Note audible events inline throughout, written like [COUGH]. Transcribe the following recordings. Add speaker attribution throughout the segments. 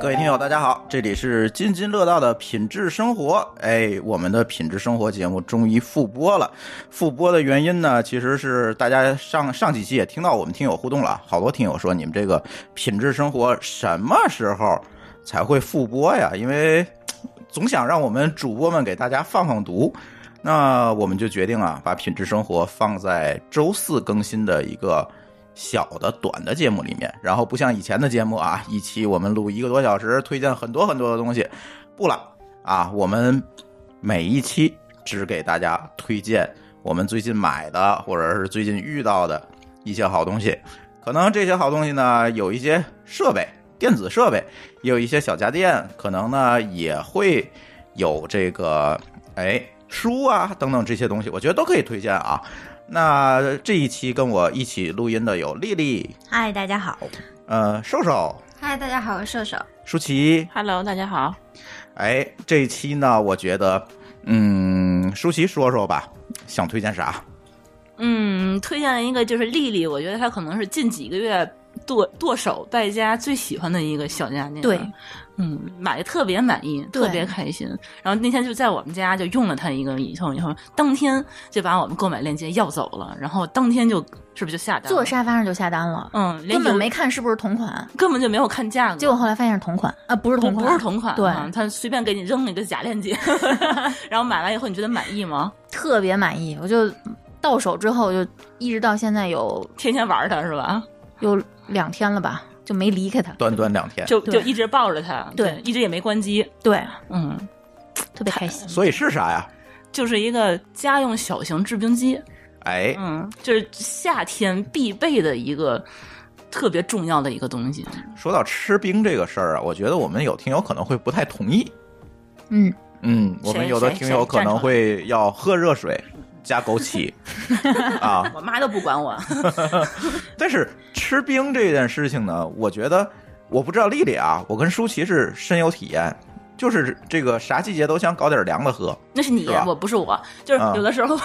Speaker 1: 各位听友，大家好，这里是津津乐道的品质生活。哎，我们的品质生活节目终于复播了。复播的原因呢，其实是大家上上几期也听到我们听友互动了，好多听友说你们这个品质生活什么时候才会复播呀？因为总想让我们主播们给大家放放毒。那我们就决定啊，把品质生活放在周四更新的一个小的短的节目里面，然后不像以前的节目啊，一期我们录一个多小时，推荐很多很多的东西。不了啊，我们每一期只给大家推荐我们最近买的或者是最近遇到的一些好东西。可能这些好东西呢，有一些设备，电子设备，也有一些小家电，可能呢也会有这个哎书啊等等这些东西，我觉得都可以推荐啊。那这一期跟我一起录音的有丽丽，
Speaker 2: 嗨，大家好。
Speaker 1: 呃，瘦瘦、
Speaker 2: 嗨，大家好，我是瘦瘦。
Speaker 1: 舒淇，
Speaker 3: Hello，大家好。
Speaker 1: 哎，这一期呢，我觉得，嗯，舒淇说说吧，想推荐啥？
Speaker 3: 嗯，推荐了一个就是丽丽，我觉得她可能是近几个月剁剁手败家最喜欢的一个小家电。
Speaker 2: 对，
Speaker 3: 嗯，买的特别满意，
Speaker 2: 对
Speaker 3: 特别开心。然后那天就在我们家就用了它一个以后，以后当天就把我们购买链接要走了，然后当天就是不是就下单了？
Speaker 2: 坐沙发上就下单了，
Speaker 3: 嗯，连
Speaker 2: 根本
Speaker 3: 邮
Speaker 2: 没看是不是同款，
Speaker 3: 根本就没有看价格，
Speaker 2: 结果后来发现是同款啊，不是
Speaker 3: 不
Speaker 2: 同款，
Speaker 3: 不是同款，
Speaker 2: 对
Speaker 3: 啊他随便给你扔了一个假链接， [LAUGHS] 然后买完以后你觉得满意吗？
Speaker 2: 特别满意。我就到手之后就一直到现在有
Speaker 3: 天天玩它是吧？
Speaker 2: 啊有两天了吧，就没离开它。
Speaker 1: 短短两天，
Speaker 3: 就
Speaker 2: 对
Speaker 3: 就一直抱着它，
Speaker 2: 对
Speaker 3: 一直也没关机，
Speaker 2: 对，
Speaker 3: 嗯，
Speaker 2: 特别开心。
Speaker 1: 所以是啥呀？
Speaker 3: 就是一个家用小型制冰机，
Speaker 1: 哎，
Speaker 3: 嗯，就是夏天必备的一个特别重要的一个东西。
Speaker 1: 说到吃冰这个事儿啊，我觉得我们有听友可能会不太同意。
Speaker 2: 嗯，
Speaker 1: 嗯，我们有的
Speaker 3: 谁
Speaker 1: 听友
Speaker 3: 谁
Speaker 1: 可能会要喝热水加枸
Speaker 3: [LAUGHS]
Speaker 1: 杞啊，
Speaker 3: 我妈都不管我，
Speaker 1: 但是吃冰这件事情呢，我觉得我不知道丽丽啊，我跟舒淇是深有体验，就是这个啥季节都想搞点凉的喝。
Speaker 3: [LAUGHS] 那是你，
Speaker 1: 是吧
Speaker 3: 我不是我。就是
Speaker 1: 啊
Speaker 3: 有的时候，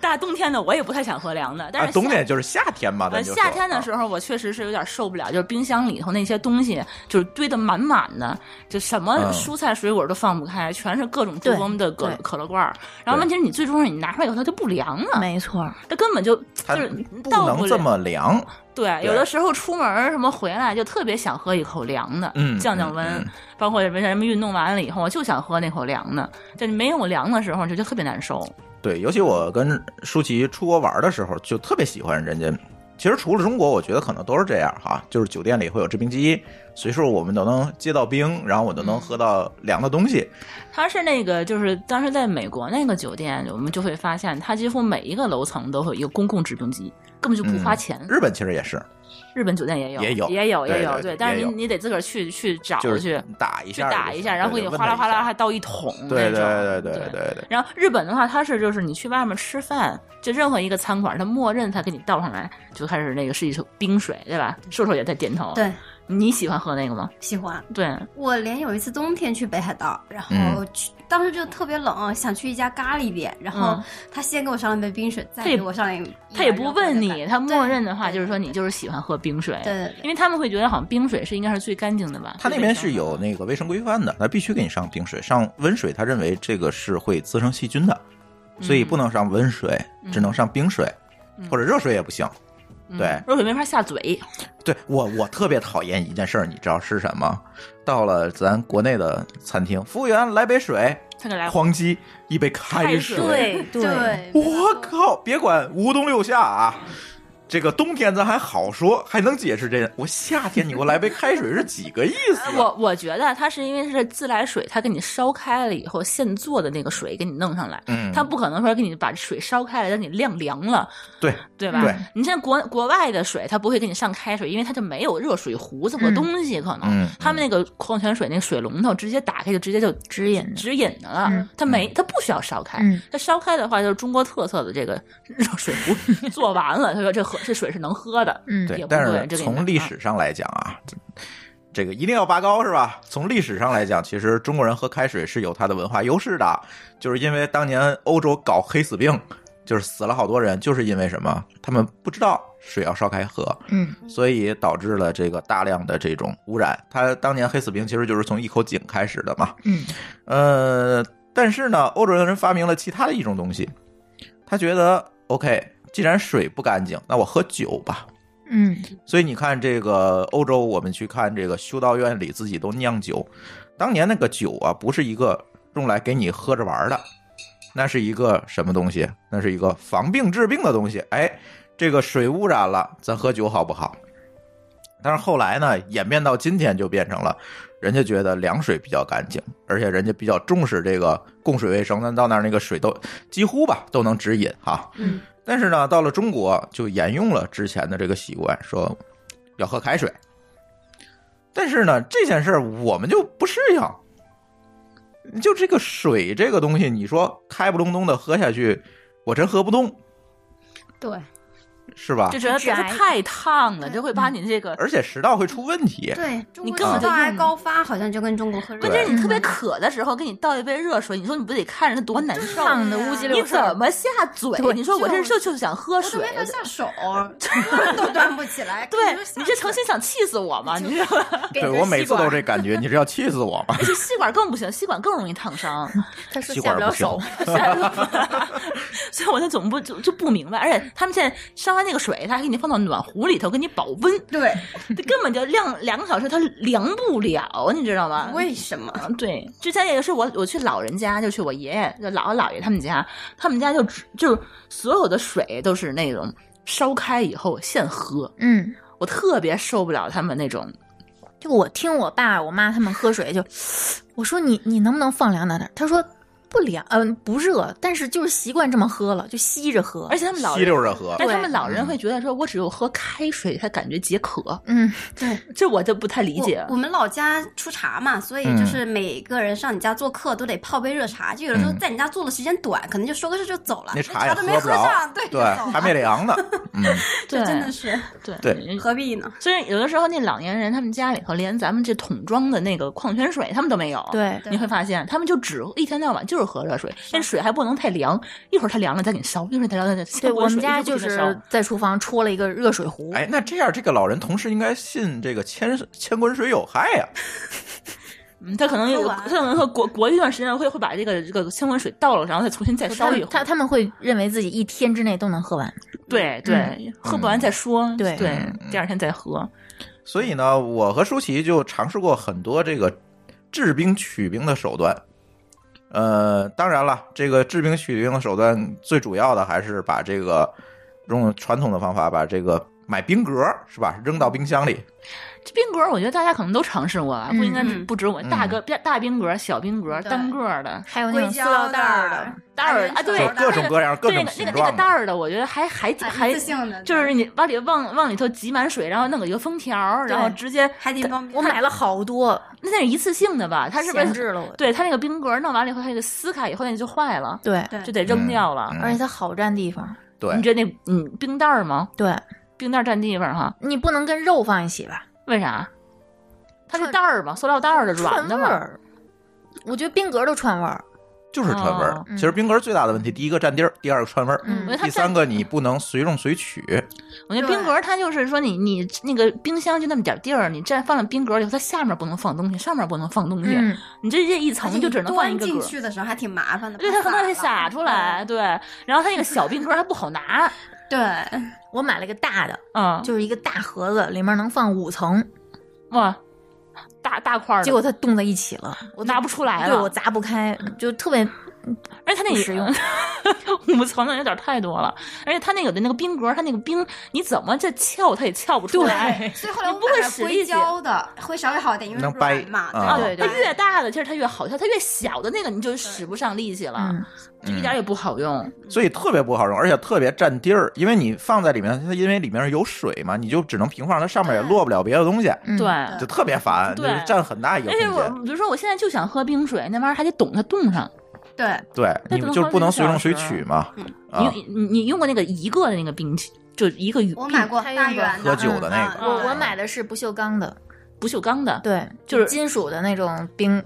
Speaker 3: 大冬天的我也不太想喝凉的，但
Speaker 1: 啊
Speaker 3: 是、，
Speaker 1: 冬。天就是啊夏天嘛，咱
Speaker 3: 呃，
Speaker 1: 就
Speaker 3: 夏天的
Speaker 1: 候
Speaker 3: 时候我确实是有点受不了，就是冰箱里头那些东西就是堆得满满的，就什么
Speaker 1: 嗯
Speaker 3: 蔬菜水果都放不开，全是各种
Speaker 2: 对
Speaker 3: 杜峰的可
Speaker 2: 对
Speaker 3: 可乐罐儿。然后问题是你最终是你拿出来以后它就不凉了，
Speaker 2: 没错，
Speaker 3: 它根本就
Speaker 1: 它
Speaker 3: 就是
Speaker 1: 不
Speaker 3: 到
Speaker 1: 能
Speaker 3: 了
Speaker 1: 这么凉，
Speaker 3: 对，
Speaker 1: 对
Speaker 3: 有的时候出门儿什么回来就特别想喝一口凉的，
Speaker 1: 嗯
Speaker 3: 降降温。
Speaker 1: 嗯嗯
Speaker 3: 包括什么什么运动完了以后，我就想喝那口凉的，就没有凉的时候就就特别难受。
Speaker 1: 对，尤其我跟舒淇出国玩的时候，就特别喜欢人家。其实除了中国，我觉得可能都是这样哈，就是酒店里会有制冰机，随时我们都能接到冰，然后我都能喝到凉的东西。
Speaker 3: 它是那个，就是当时在美国那个酒店，我们就会发现，它几乎每一个楼层都会有一个公共制冰机，根本就不花钱。
Speaker 1: 日本其实也是，
Speaker 3: 日本酒店也有，
Speaker 1: 嗯也
Speaker 3: 也
Speaker 1: 有
Speaker 3: 也有，
Speaker 1: 对
Speaker 3: 也有，
Speaker 1: 对对
Speaker 3: 但是
Speaker 1: 也
Speaker 3: 你
Speaker 1: 有
Speaker 3: 你得自个儿去去找
Speaker 1: 就
Speaker 3: 去
Speaker 1: 是打一
Speaker 3: 去
Speaker 1: 下就行，
Speaker 3: 打一下，然后给你
Speaker 1: 对
Speaker 3: 哗啦哗啦还
Speaker 1: 对
Speaker 3: 倒一桶那种。
Speaker 1: 对对对对对
Speaker 3: 对
Speaker 1: 对对。
Speaker 3: 然后日本的话，它是就是你去外面吃饭，就任何一个餐馆，它默认它给你倒上来就开始那个是一首冰水，对吧？瘦瘦也在点头。，
Speaker 4: 嗯对，
Speaker 3: 你喜欢喝那个吗？
Speaker 4: 喜欢。
Speaker 3: 对，
Speaker 4: 我连有一次冬天去北海道，然后
Speaker 1: 嗯
Speaker 4: 去，当时就特别冷，想去一家咖喱店，然后
Speaker 3: 嗯
Speaker 4: 他先给我上了一杯冰水，再
Speaker 3: 他也
Speaker 4: 给我上了一杯，
Speaker 3: 他也不问
Speaker 4: 然后我
Speaker 3: 你，
Speaker 4: 就
Speaker 3: 他默认的话
Speaker 4: 对
Speaker 3: 就是说你就是喜欢喝冰水。
Speaker 4: 对对对
Speaker 3: 因为他们会觉得好像冰水是应该是最干净的吧？
Speaker 1: 他那
Speaker 3: 最
Speaker 1: 边
Speaker 3: 卫
Speaker 1: 是
Speaker 3: 生的
Speaker 1: 有那个卫生规范的，他必须给你上冰水，上温水，他认为这个是会滋生细菌的，所以不能上温水，
Speaker 3: 嗯
Speaker 1: 只能上冰水，或者热水也不行。对
Speaker 3: 热水没法下嘴，
Speaker 1: 对，我我特别讨厌一件事儿，你知道是什么？到了咱国内的餐厅，服务员来杯水，
Speaker 3: 他就来
Speaker 1: 哐叽一杯开
Speaker 3: 开
Speaker 1: 水，
Speaker 3: 水
Speaker 4: 对
Speaker 2: 对
Speaker 4: 对，
Speaker 1: 我靠，别管无冬六夏啊。这个冬天咱还好说，还能解释这个。我夏天你给我来杯开水是几个意思啊、
Speaker 3: [LAUGHS] 我我觉得它是因为是自来水，它给你烧开了以后现做的那个水给你弄上来，
Speaker 1: 嗯
Speaker 3: 它不可能说给你把水烧开了，让你晾凉了，
Speaker 1: 对，
Speaker 3: 对吧？
Speaker 1: 对
Speaker 3: 你像国国外的水，它不会给你上开水，因为它就没有热水壶这个东西，可能、
Speaker 1: 嗯
Speaker 3: 他们那个矿泉水那个水龙头直接打开就直接就
Speaker 2: 指引的
Speaker 3: 直饮的了，
Speaker 2: 嗯
Speaker 3: 它没它不需要烧开，
Speaker 2: 嗯
Speaker 3: 它烧开的话就是中国特色的这个热水
Speaker 2: [LAUGHS]
Speaker 3: 壶做完了，他说这喝这水是能喝的，
Speaker 2: 嗯
Speaker 1: 对
Speaker 3: 也，不
Speaker 1: 但
Speaker 3: 贵
Speaker 1: 是
Speaker 3: 这个也
Speaker 1: 从
Speaker 3: 没
Speaker 1: 历
Speaker 3: 法
Speaker 1: 史上来讲啊，这个一定要拔高是吧？从历史上来讲，其实中国人喝开水是有它的文化优势的，就是因为当年欧洲搞黑死病，就是死了好多人，就是因为什么？他们不知道水要烧开喝，
Speaker 2: 嗯，
Speaker 1: 所以导致了这个大量的这种污染。它当年黑死病其实就是从一口井开始的嘛。
Speaker 2: 嗯，
Speaker 1: 呃，但是呢，欧洲人发明了其他的一种东西，他觉得 OK，既然水不干净，那我喝酒吧。
Speaker 2: 嗯
Speaker 1: 所以你看，这个欧洲，我们去看这个修道院里自己都酿酒。当年那个酒啊，不是一个用来给你喝着玩儿的，那是一个什么东西？那是一个防病治病的东西。哎，这个水污染了，咱喝酒好不好？但是后来呢，演变到今天就变成了，人家觉得凉水比较干净，而且人家比较重视这个供水卫生。那到那儿那个水都几乎吧都能直饮哈。
Speaker 4: 嗯，
Speaker 1: 但是呢，到了中国就沿用了之前的这个习惯，说要喝开水。但是呢，这件事儿我们就不适应。就这个水这个东西，你说开不隆咚的喝下去，我真喝不动，
Speaker 4: 对
Speaker 1: 是吧
Speaker 3: 就？觉得
Speaker 2: 宅
Speaker 3: 它太烫
Speaker 2: 嗯
Speaker 3: 了，就会把你这个，
Speaker 1: 而且食道会出问题。
Speaker 4: 对，中
Speaker 3: 你
Speaker 4: 国
Speaker 3: 根
Speaker 1: 本
Speaker 4: 食
Speaker 3: 就
Speaker 4: 道癌
Speaker 3: 用
Speaker 4: 高发好像就跟中国喝热
Speaker 1: 对
Speaker 3: 关键
Speaker 4: 水
Speaker 3: 是你嗯特别渴的时候，给你倒一杯热水，你说你不得看着它多难受？
Speaker 2: 烫的乌鸡
Speaker 3: 你
Speaker 2: 溜丝儿，
Speaker 3: 怎么下嘴？你说我这就就想喝
Speaker 4: 我都
Speaker 3: 水
Speaker 4: 没，法下
Speaker 3: [LAUGHS]
Speaker 4: 手，端都端不起来。
Speaker 3: 对
Speaker 4: 根本就下
Speaker 3: 你这诚心想气死我吗？你这 [LAUGHS]
Speaker 4: 给
Speaker 1: 对
Speaker 4: 根
Speaker 1: 我每次都
Speaker 4: 吸
Speaker 1: 这感觉，你是要气死我吗？
Speaker 3: 而且吸管更不行，吸管更容易烫伤。
Speaker 2: 他说
Speaker 1: 吸
Speaker 2: 下
Speaker 1: 管不
Speaker 2: 不了手，
Speaker 3: 所以我在总部就就不明白，而且他们现在烧完那个水，他还给你放到暖壶里头给你保温，
Speaker 4: 管
Speaker 3: 这根本就晾两个小时，它凉不了，你知道吗
Speaker 4: 对，？为什么？
Speaker 3: 啊，对，之前也是我我去老人家，就去我爷爷、就姥姥姥爷他们家，他们家就只就所有的水都是那种烧开以后现喝，
Speaker 2: 嗯。
Speaker 3: 我特别受不了他们那种，
Speaker 2: 就我听我爸我妈他们喝水就，我说你你能不能放凉点点儿？他说不凉，嗯、不热，但是就是习惯这么喝了，就吸着喝
Speaker 3: 而。且他们 [LAUGHS] 老
Speaker 1: 吸
Speaker 3: 人。
Speaker 1: 溜着喝。
Speaker 3: 但他们老人会觉得说，我只有喝开水才感觉解渴，
Speaker 2: 嗯，
Speaker 4: 对，
Speaker 3: 这我就不太理解
Speaker 4: 我。我们老家出茶嘛，所以
Speaker 1: 嗯
Speaker 4: 就是每个人上你家做客都得泡杯热茶。就有的时候
Speaker 1: 嗯
Speaker 4: 在你家坐的时间短，可能就说个事就走了，
Speaker 1: 那
Speaker 4: 那
Speaker 1: 茶也
Speaker 4: 都
Speaker 1: 喝
Speaker 4: 没
Speaker 1: 不着
Speaker 4: 上，，对
Speaker 1: 对，还没
Speaker 3: [LAUGHS]
Speaker 1: 凉呢。嗯，
Speaker 4: 这真的是
Speaker 3: 对
Speaker 1: 对
Speaker 4: 何必呢？
Speaker 3: 所以有的时候那老年人他们家里头连咱们这桶装的那个矿泉水他们都没有。。
Speaker 2: 对，
Speaker 3: 你会发现，他们就只一天到晚就是喝热水，那水还不能太凉，一会儿它凉了再给你烧，一会儿它凉了再给你烧 [LAUGHS]
Speaker 2: [LAUGHS] 对我们家
Speaker 3: 就
Speaker 2: 就是在厨房戳了一个热水壶，
Speaker 1: 哎，那这样这个老人同时应该信这个千千滚水有害呀、
Speaker 3: 嗯，他可能有，
Speaker 4: 喝完
Speaker 3: 他可能说过过一段时间会会把这个这个千滚水倒了，然后再重新再
Speaker 2: 他
Speaker 3: 烧一
Speaker 2: 们
Speaker 3: 会
Speaker 2: 他
Speaker 3: 儿。
Speaker 2: 他们会认为自己一天之内都能喝完。
Speaker 3: 对对，喝不完再说，
Speaker 2: 对
Speaker 3: 嗯对
Speaker 1: 嗯，
Speaker 3: 第二天再喝。
Speaker 1: 所以呢，我和舒淇就尝试过很多这个治病取病的手段。呃，当然了，这个治病取病的手段最主要的还是把这个用传统的方法把这个买冰格儿是吧，扔到冰箱里。
Speaker 3: 这冰格儿我觉得大家可能都尝试过吧，不应该
Speaker 4: 嗯
Speaker 3: 不止我，大个大冰格儿、小冰格儿、
Speaker 2: 对
Speaker 3: 单个儿的、
Speaker 2: 还有那种
Speaker 4: 硅
Speaker 2: 塑
Speaker 4: 胶
Speaker 2: 料袋
Speaker 4: 的
Speaker 2: 儿的，
Speaker 3: 袋儿
Speaker 4: 单人
Speaker 3: 啊，对
Speaker 1: 就
Speaker 4: 手，
Speaker 1: 各种各样、各
Speaker 3: 对
Speaker 1: 种
Speaker 3: 那个那
Speaker 1: 形
Speaker 3: 个那
Speaker 1: 状的
Speaker 3: 个袋。儿的，我觉得还还还
Speaker 4: 一次性的，
Speaker 3: 就是你往里往往里头挤满水，然后弄个油封条儿，然后
Speaker 2: 对
Speaker 3: 直接
Speaker 4: 海底捞面
Speaker 2: 我买了好 [LAUGHS] 多，
Speaker 3: 那那是一次性的吧？它是不
Speaker 2: 闲
Speaker 3: 是？
Speaker 2: 置了我。
Speaker 3: 对它那个冰格儿弄完了以后，它那个撕开以后，那就坏了，
Speaker 2: 对，
Speaker 4: 对
Speaker 3: 就得扔掉了。
Speaker 1: 嗯
Speaker 2: 而且它好占地方。
Speaker 1: 对
Speaker 3: 你，觉得那嗯冰袋儿吗？
Speaker 2: 对
Speaker 3: 冰袋儿占地方哈？
Speaker 2: 你不能跟肉放一起吧？
Speaker 3: 为啥？它是
Speaker 2: 串
Speaker 3: 袋儿嘛，塑料袋儿的软
Speaker 2: 串味
Speaker 3: 的嘛。
Speaker 2: 儿，我觉得冰格都串味儿。
Speaker 1: 就是串味儿
Speaker 3: 哦。
Speaker 1: 其实冰格儿最大的问题，第一个占地儿，第二个串味儿，
Speaker 2: 嗯
Speaker 3: 我觉得它
Speaker 1: 第
Speaker 3: 占
Speaker 1: 三，个你不能随用随取。
Speaker 3: 我觉得冰格儿它就是说你你那个冰箱就那么点儿地儿，你占放了冰格儿以后，它下面不能放东西，上面不能放东西，
Speaker 2: 嗯，
Speaker 3: 你这这一
Speaker 4: 而且
Speaker 3: 层
Speaker 4: 你
Speaker 3: 就只能放一
Speaker 4: 端
Speaker 3: 个
Speaker 4: 进
Speaker 3: 格儿。
Speaker 4: 去的时候还挺麻烦的，嗯
Speaker 3: 对，它可能
Speaker 4: 怕
Speaker 3: 会
Speaker 4: 洒
Speaker 3: 洒
Speaker 4: 了
Speaker 3: 出来，。
Speaker 2: 嗯
Speaker 3: 对。然后它那个小冰格儿还不好拿，
Speaker 4: 对，
Speaker 3: [LAUGHS]
Speaker 2: 我买了个大的，
Speaker 3: 嗯，
Speaker 2: 就是一个大盒子，里面能放五层，
Speaker 3: 哇，大大块儿的，
Speaker 2: 结果它冻在一起了，我
Speaker 3: 拿不出来
Speaker 2: 对
Speaker 3: 了。
Speaker 2: 我砸不开，就特别
Speaker 3: 而且它那
Speaker 2: 不
Speaker 3: 个
Speaker 2: 实用
Speaker 3: [LAUGHS] 五层的有点太多了，而且它那有的那个冰格儿，它那个冰你怎么这撬它也撬不出来。
Speaker 4: 所以后来我
Speaker 3: 你不会
Speaker 4: 买了
Speaker 3: 使力
Speaker 4: 硅
Speaker 3: 气哦
Speaker 4: 胶的，会稍微好一点，因为
Speaker 1: 能
Speaker 4: 软
Speaker 1: 掰
Speaker 4: 嘛。
Speaker 1: 啊
Speaker 2: 对
Speaker 3: 它越大的其实它越好笑，它越小的那个你就使不上力气了，
Speaker 2: 嗯，
Speaker 3: 就一点也不好用。
Speaker 1: 嗯所以特别不好用，而且特别占地儿，因为你放在里面，它因为里面有水嘛，你就只能平放，它上面也落不了别的东西，
Speaker 2: 嗯
Speaker 3: 对，，
Speaker 1: 就特别烦，就
Speaker 3: 对
Speaker 1: 是占很大一个
Speaker 3: 而
Speaker 1: 空
Speaker 3: 且我
Speaker 1: 间。
Speaker 3: 比如说我现在就想喝冰水，那玩意儿还得懂它冻上。
Speaker 4: 对，
Speaker 1: 对，
Speaker 3: 那
Speaker 1: 你
Speaker 3: 怎么
Speaker 1: 就
Speaker 3: 放
Speaker 1: 不能
Speaker 3: 这
Speaker 1: 随
Speaker 3: 么
Speaker 1: 用随
Speaker 3: 小时
Speaker 1: 取嘛
Speaker 4: 嗯，
Speaker 1: 啊，
Speaker 3: 你你你用过那个一个的那个冰器，就一个
Speaker 4: 我买过
Speaker 2: 它
Speaker 4: 大
Speaker 2: 用过
Speaker 4: 圆的
Speaker 1: 喝酒的那
Speaker 4: 嗯
Speaker 1: 个
Speaker 4: 嗯
Speaker 2: 我我买的是不锈钢的，
Speaker 3: 不锈钢的。
Speaker 2: 对，
Speaker 3: 就是
Speaker 2: 金属的那种冰，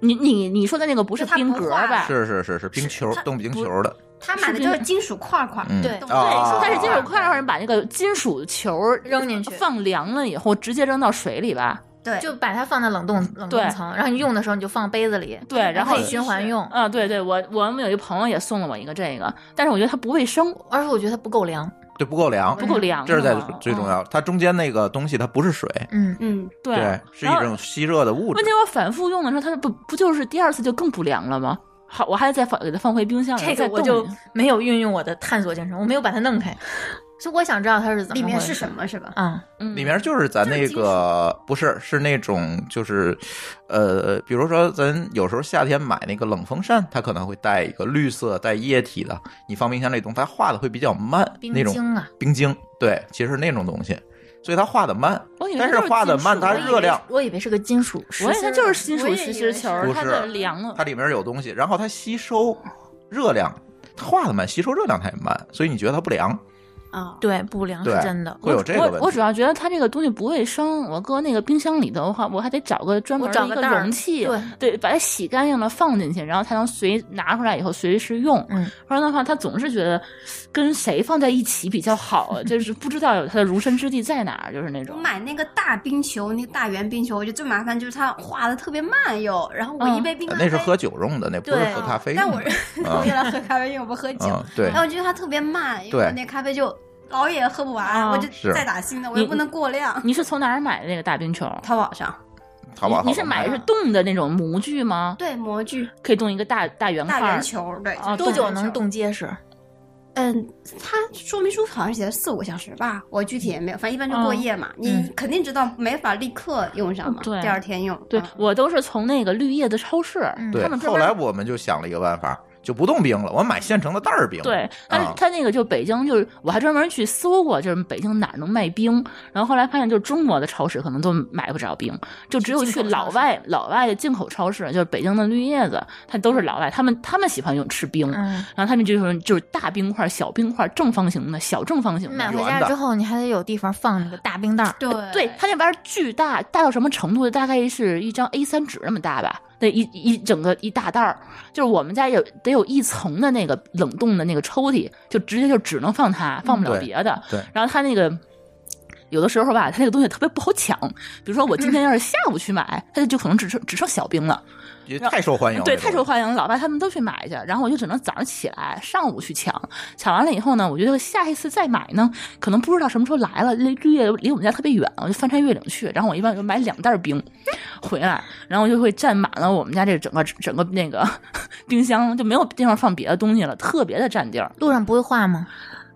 Speaker 3: 你你你说的那个不是
Speaker 4: 就它
Speaker 3: 冰
Speaker 4: 不
Speaker 3: 格
Speaker 4: 化
Speaker 1: 啊
Speaker 3: 儿吧？
Speaker 1: 是是是是，冰球
Speaker 4: 它
Speaker 1: 冻冰球的，
Speaker 4: 他买的就是金属块块，
Speaker 1: 嗯
Speaker 2: 对
Speaker 4: 懂
Speaker 1: 啊
Speaker 4: 对，
Speaker 3: 但是金属块让人把那个金属球儿
Speaker 2: 哎扔进去
Speaker 3: 放凉了以后直接扔到水里吧。
Speaker 4: 对，
Speaker 2: 就把它放在冷冻冷
Speaker 3: 对
Speaker 2: 冻层，然后你用的时候你就放杯子里，
Speaker 3: 对，然后
Speaker 2: 可以循环用。
Speaker 3: 啊，对对，我我们有一个朋友也送了我一个这个，但是我觉得它不卫生，
Speaker 2: 而且我觉得它不够凉，
Speaker 1: 对，不够凉
Speaker 3: 不，够凉，
Speaker 1: 这是在
Speaker 3: 吗
Speaker 1: 最重。
Speaker 3: 嗯
Speaker 1: 要。它中间那个东西它不是水，
Speaker 2: 嗯，
Speaker 4: 嗯，
Speaker 3: 对
Speaker 1: 对，是一
Speaker 3: 然后
Speaker 1: 种吸热的物质
Speaker 3: 问。题我反复用的时候，它不不就是第二次就更不凉了吗？好，我还得再放给它放回冰箱里，
Speaker 2: 这个
Speaker 3: 再
Speaker 2: 我
Speaker 3: 冻
Speaker 2: 就
Speaker 3: 一下
Speaker 2: 没有运用我的探索精神，我没有把它弄开，所以我想知道它是怎么
Speaker 4: 里面
Speaker 2: 回事
Speaker 4: 是什么是吧？
Speaker 2: 啊？
Speaker 3: 嗯
Speaker 1: 里面就是咱那个不是是那种就是，呃，比如说咱有时候夏天买那个冷风扇，它可能会带一个绿色带液体的，你放冰箱里冻，它化的会比较慢，
Speaker 2: 冰
Speaker 1: 那种
Speaker 2: 晶啊，
Speaker 1: 冰晶，对，其实是那种东西，所以它化的慢，
Speaker 3: 我以为
Speaker 1: 但
Speaker 3: 它
Speaker 1: 是
Speaker 3: 就是
Speaker 1: 化的
Speaker 3: 金
Speaker 1: 慢，
Speaker 3: 属
Speaker 1: 它
Speaker 3: 我以为
Speaker 1: 热量
Speaker 2: 我以为是个金属石芯
Speaker 3: 我
Speaker 2: 儿
Speaker 3: 以
Speaker 2: 的，
Speaker 3: 为它就是金属
Speaker 4: 我也
Speaker 3: 石
Speaker 4: 以
Speaker 3: 石
Speaker 4: 为
Speaker 3: 球
Speaker 4: 是
Speaker 3: 儿，
Speaker 1: 不
Speaker 3: 它
Speaker 1: 是
Speaker 3: 的凉了
Speaker 1: 它。里面有东西，然后它吸收热量，它化的慢，吸收热量太慢，所以你觉得它不凉，
Speaker 4: 啊，
Speaker 2: 对不良是
Speaker 1: 对
Speaker 2: 真的。
Speaker 1: 会有这个
Speaker 3: 我我
Speaker 1: 问
Speaker 3: 主
Speaker 1: 题。
Speaker 3: 要觉得它这个东西不卫生，我搁那个冰箱里头的话，我还得找个专门
Speaker 2: 我
Speaker 3: 的
Speaker 2: 找
Speaker 3: 一
Speaker 2: 个
Speaker 3: 个
Speaker 2: 袋儿
Speaker 3: 容器，
Speaker 2: 对
Speaker 3: 对，把它洗干净了放进去，然后才能随拿出来以后随时用。
Speaker 2: 嗯，
Speaker 3: 不然的话，他总是觉得跟谁放在一起比较好，啊就是不知道有他的容身之地在哪儿，就是那
Speaker 4: 我
Speaker 3: 种。
Speaker 4: 买那个大冰球，那个大圆冰球，我觉得最麻烦就是它化的特别慢又，然后我
Speaker 3: 嗯
Speaker 4: 一杯冰咖
Speaker 1: 啊
Speaker 4: 啡，
Speaker 1: 那是喝酒用的，那不是
Speaker 2: 对
Speaker 1: 喝咖啡
Speaker 4: 但
Speaker 1: 用
Speaker 4: 我
Speaker 1: 的。
Speaker 4: [LAUGHS] 啊我原来 [LAUGHS] 喝咖啡，因为我不喝酒，呃
Speaker 1: 嗯，对
Speaker 4: 然，后我觉得它特别慢，因为
Speaker 1: 对
Speaker 4: 我那咖啡就老也喝不完，
Speaker 3: 啊
Speaker 4: 我就是再打新的，我又不能过量。
Speaker 3: 你是从哪儿买的那个大冰球？
Speaker 4: 淘宝上，
Speaker 1: 淘宝
Speaker 3: 你你是
Speaker 1: 淘宝
Speaker 3: 买
Speaker 1: 的
Speaker 3: 的是冻的那种模具吗？
Speaker 4: 对模具
Speaker 3: 可以冻一个大大圆块
Speaker 4: 大圆
Speaker 3: 儿。
Speaker 4: 球，对，
Speaker 3: 啊
Speaker 4: 就
Speaker 2: 多
Speaker 4: 是大
Speaker 2: 久
Speaker 4: 圆
Speaker 2: 能
Speaker 4: 球？
Speaker 2: 冻结实？
Speaker 4: 嗯，它说明书好像写的四五个小时吧，我具体也没有，反正一般就
Speaker 3: 哦
Speaker 4: 过夜嘛。你
Speaker 2: 嗯
Speaker 4: 肯定知道没法立刻用上嘛，
Speaker 3: 对
Speaker 4: 第二天用。
Speaker 3: 对
Speaker 4: 嗯
Speaker 3: 我都是从那个绿叶的超市，
Speaker 2: 嗯
Speaker 1: 对
Speaker 3: 他们，专
Speaker 1: 后
Speaker 3: 门
Speaker 1: 来我们就想了一个办法，就不冻冰了，我买现成的袋儿冰。
Speaker 3: 对，他
Speaker 1: 啊
Speaker 3: 他那个就北京，就是我还专门去搜过，就是北京哪儿能卖冰，然后后来发现，就是中国的超市可能都买不着冰，就只有
Speaker 2: 进
Speaker 3: 去
Speaker 2: 口
Speaker 3: 老
Speaker 2: 超市
Speaker 3: 外老外的进口超市，就是北京的绿叶子，它都是老外，他们他们喜欢用吃冰，
Speaker 2: 嗯，
Speaker 3: 然后他们就是就是大冰块、小冰块、正方形的、小正方形
Speaker 2: 买
Speaker 3: 的。
Speaker 2: 回
Speaker 1: 圆
Speaker 2: 家
Speaker 1: 的
Speaker 2: 之后你还得有地方放那个大冰袋儿。
Speaker 4: 对
Speaker 3: 对，它那玩意儿巨大，大到什么程度？大概是一张 A 三纸那么大吧，那一一整个一大袋儿，就是我们家有得有一层的那个冷冻的那个抽屉，就直接就只能放它，放不
Speaker 1: 嗯
Speaker 3: 了
Speaker 1: 对
Speaker 3: 别的。
Speaker 1: 对
Speaker 3: 然后它那个。有的时候吧，它那个东西特别不好抢。比如说，我今天要是下午去买，它就可能只剩只剩小冰了。
Speaker 1: 也太受欢迎了，
Speaker 3: 对，
Speaker 1: 这
Speaker 3: 太
Speaker 1: 个
Speaker 3: 受欢迎了，老爸他们都去买去，然后我就只能早上起来，上午去抢，抢完了以后呢，我觉得下一次再买呢，可能不知道什么时候来了，那绿叶离我们家特别远，我就翻山越岭去，然后我一般就买两袋冰回来，然后我就会占满了我们家这整个整个那个 [LAUGHS] 冰箱，就没有地方放别的东西了，特别的占地儿。
Speaker 2: 路上不会化吗？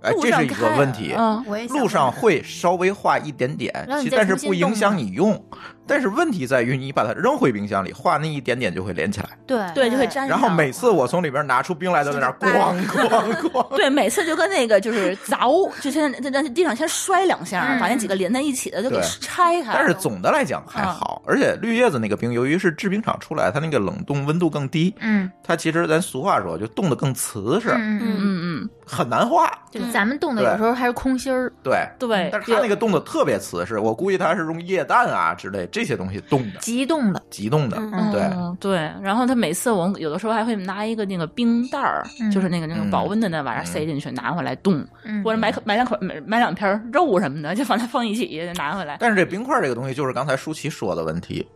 Speaker 1: 哎，
Speaker 3: 路
Speaker 1: 这
Speaker 3: 上
Speaker 1: 是一个
Speaker 3: 开
Speaker 1: 问题。
Speaker 3: 嗯，
Speaker 4: 我也想
Speaker 1: 路上
Speaker 4: 问
Speaker 1: 会稍微化一点点
Speaker 2: 让，你
Speaker 1: 其
Speaker 2: 再
Speaker 1: 但是
Speaker 2: 重新
Speaker 1: 不影
Speaker 2: 冻
Speaker 1: 响
Speaker 2: 吗
Speaker 1: 你用。但是问题在于，你把它扔回冰箱里，化那一点点就会连起来。
Speaker 2: 对
Speaker 3: 对，就会粘上。
Speaker 1: 然后每次我从里边拿出冰来，都在那儿
Speaker 4: 是吧
Speaker 1: 咣咣咣。
Speaker 3: [LAUGHS] 对，每次就跟那个就是凿，就先在在地上先摔两下儿，
Speaker 2: 嗯
Speaker 3: 把那几个连在一起的就给
Speaker 1: 对
Speaker 3: 拆开。
Speaker 1: 但是总的来讲还
Speaker 3: 嗯
Speaker 1: 好，而且绿叶子那个冰，由于是制冰厂出来，它那个冷冻温度更低，
Speaker 2: 嗯
Speaker 1: 它其实咱俗话说就冻得更瓷实，
Speaker 2: 嗯嗯，
Speaker 4: 嗯，
Speaker 3: 嗯嗯，
Speaker 1: 很难化。
Speaker 2: 就是咱们冻的有时候还是空心儿，
Speaker 1: 对，
Speaker 3: 对，
Speaker 1: 但是它那个冻得特别瓷实，我估计它是用液氮啊之类这些东西冻的，
Speaker 2: 急冻的。
Speaker 1: 急冻的。
Speaker 2: 嗯
Speaker 1: 对，
Speaker 3: 嗯对，然后他每次我有的时候还会拿一个那个冰袋儿，
Speaker 2: 嗯
Speaker 3: 就是那个那种
Speaker 1: 嗯
Speaker 3: 保温的那玩意儿塞进去，拿回来冻，
Speaker 2: 嗯
Speaker 3: 或者买买两口买买两片儿肉什么的，就放它放一起拿回来。
Speaker 1: 但是这冰块这个东西，就是刚才舒淇说的问题，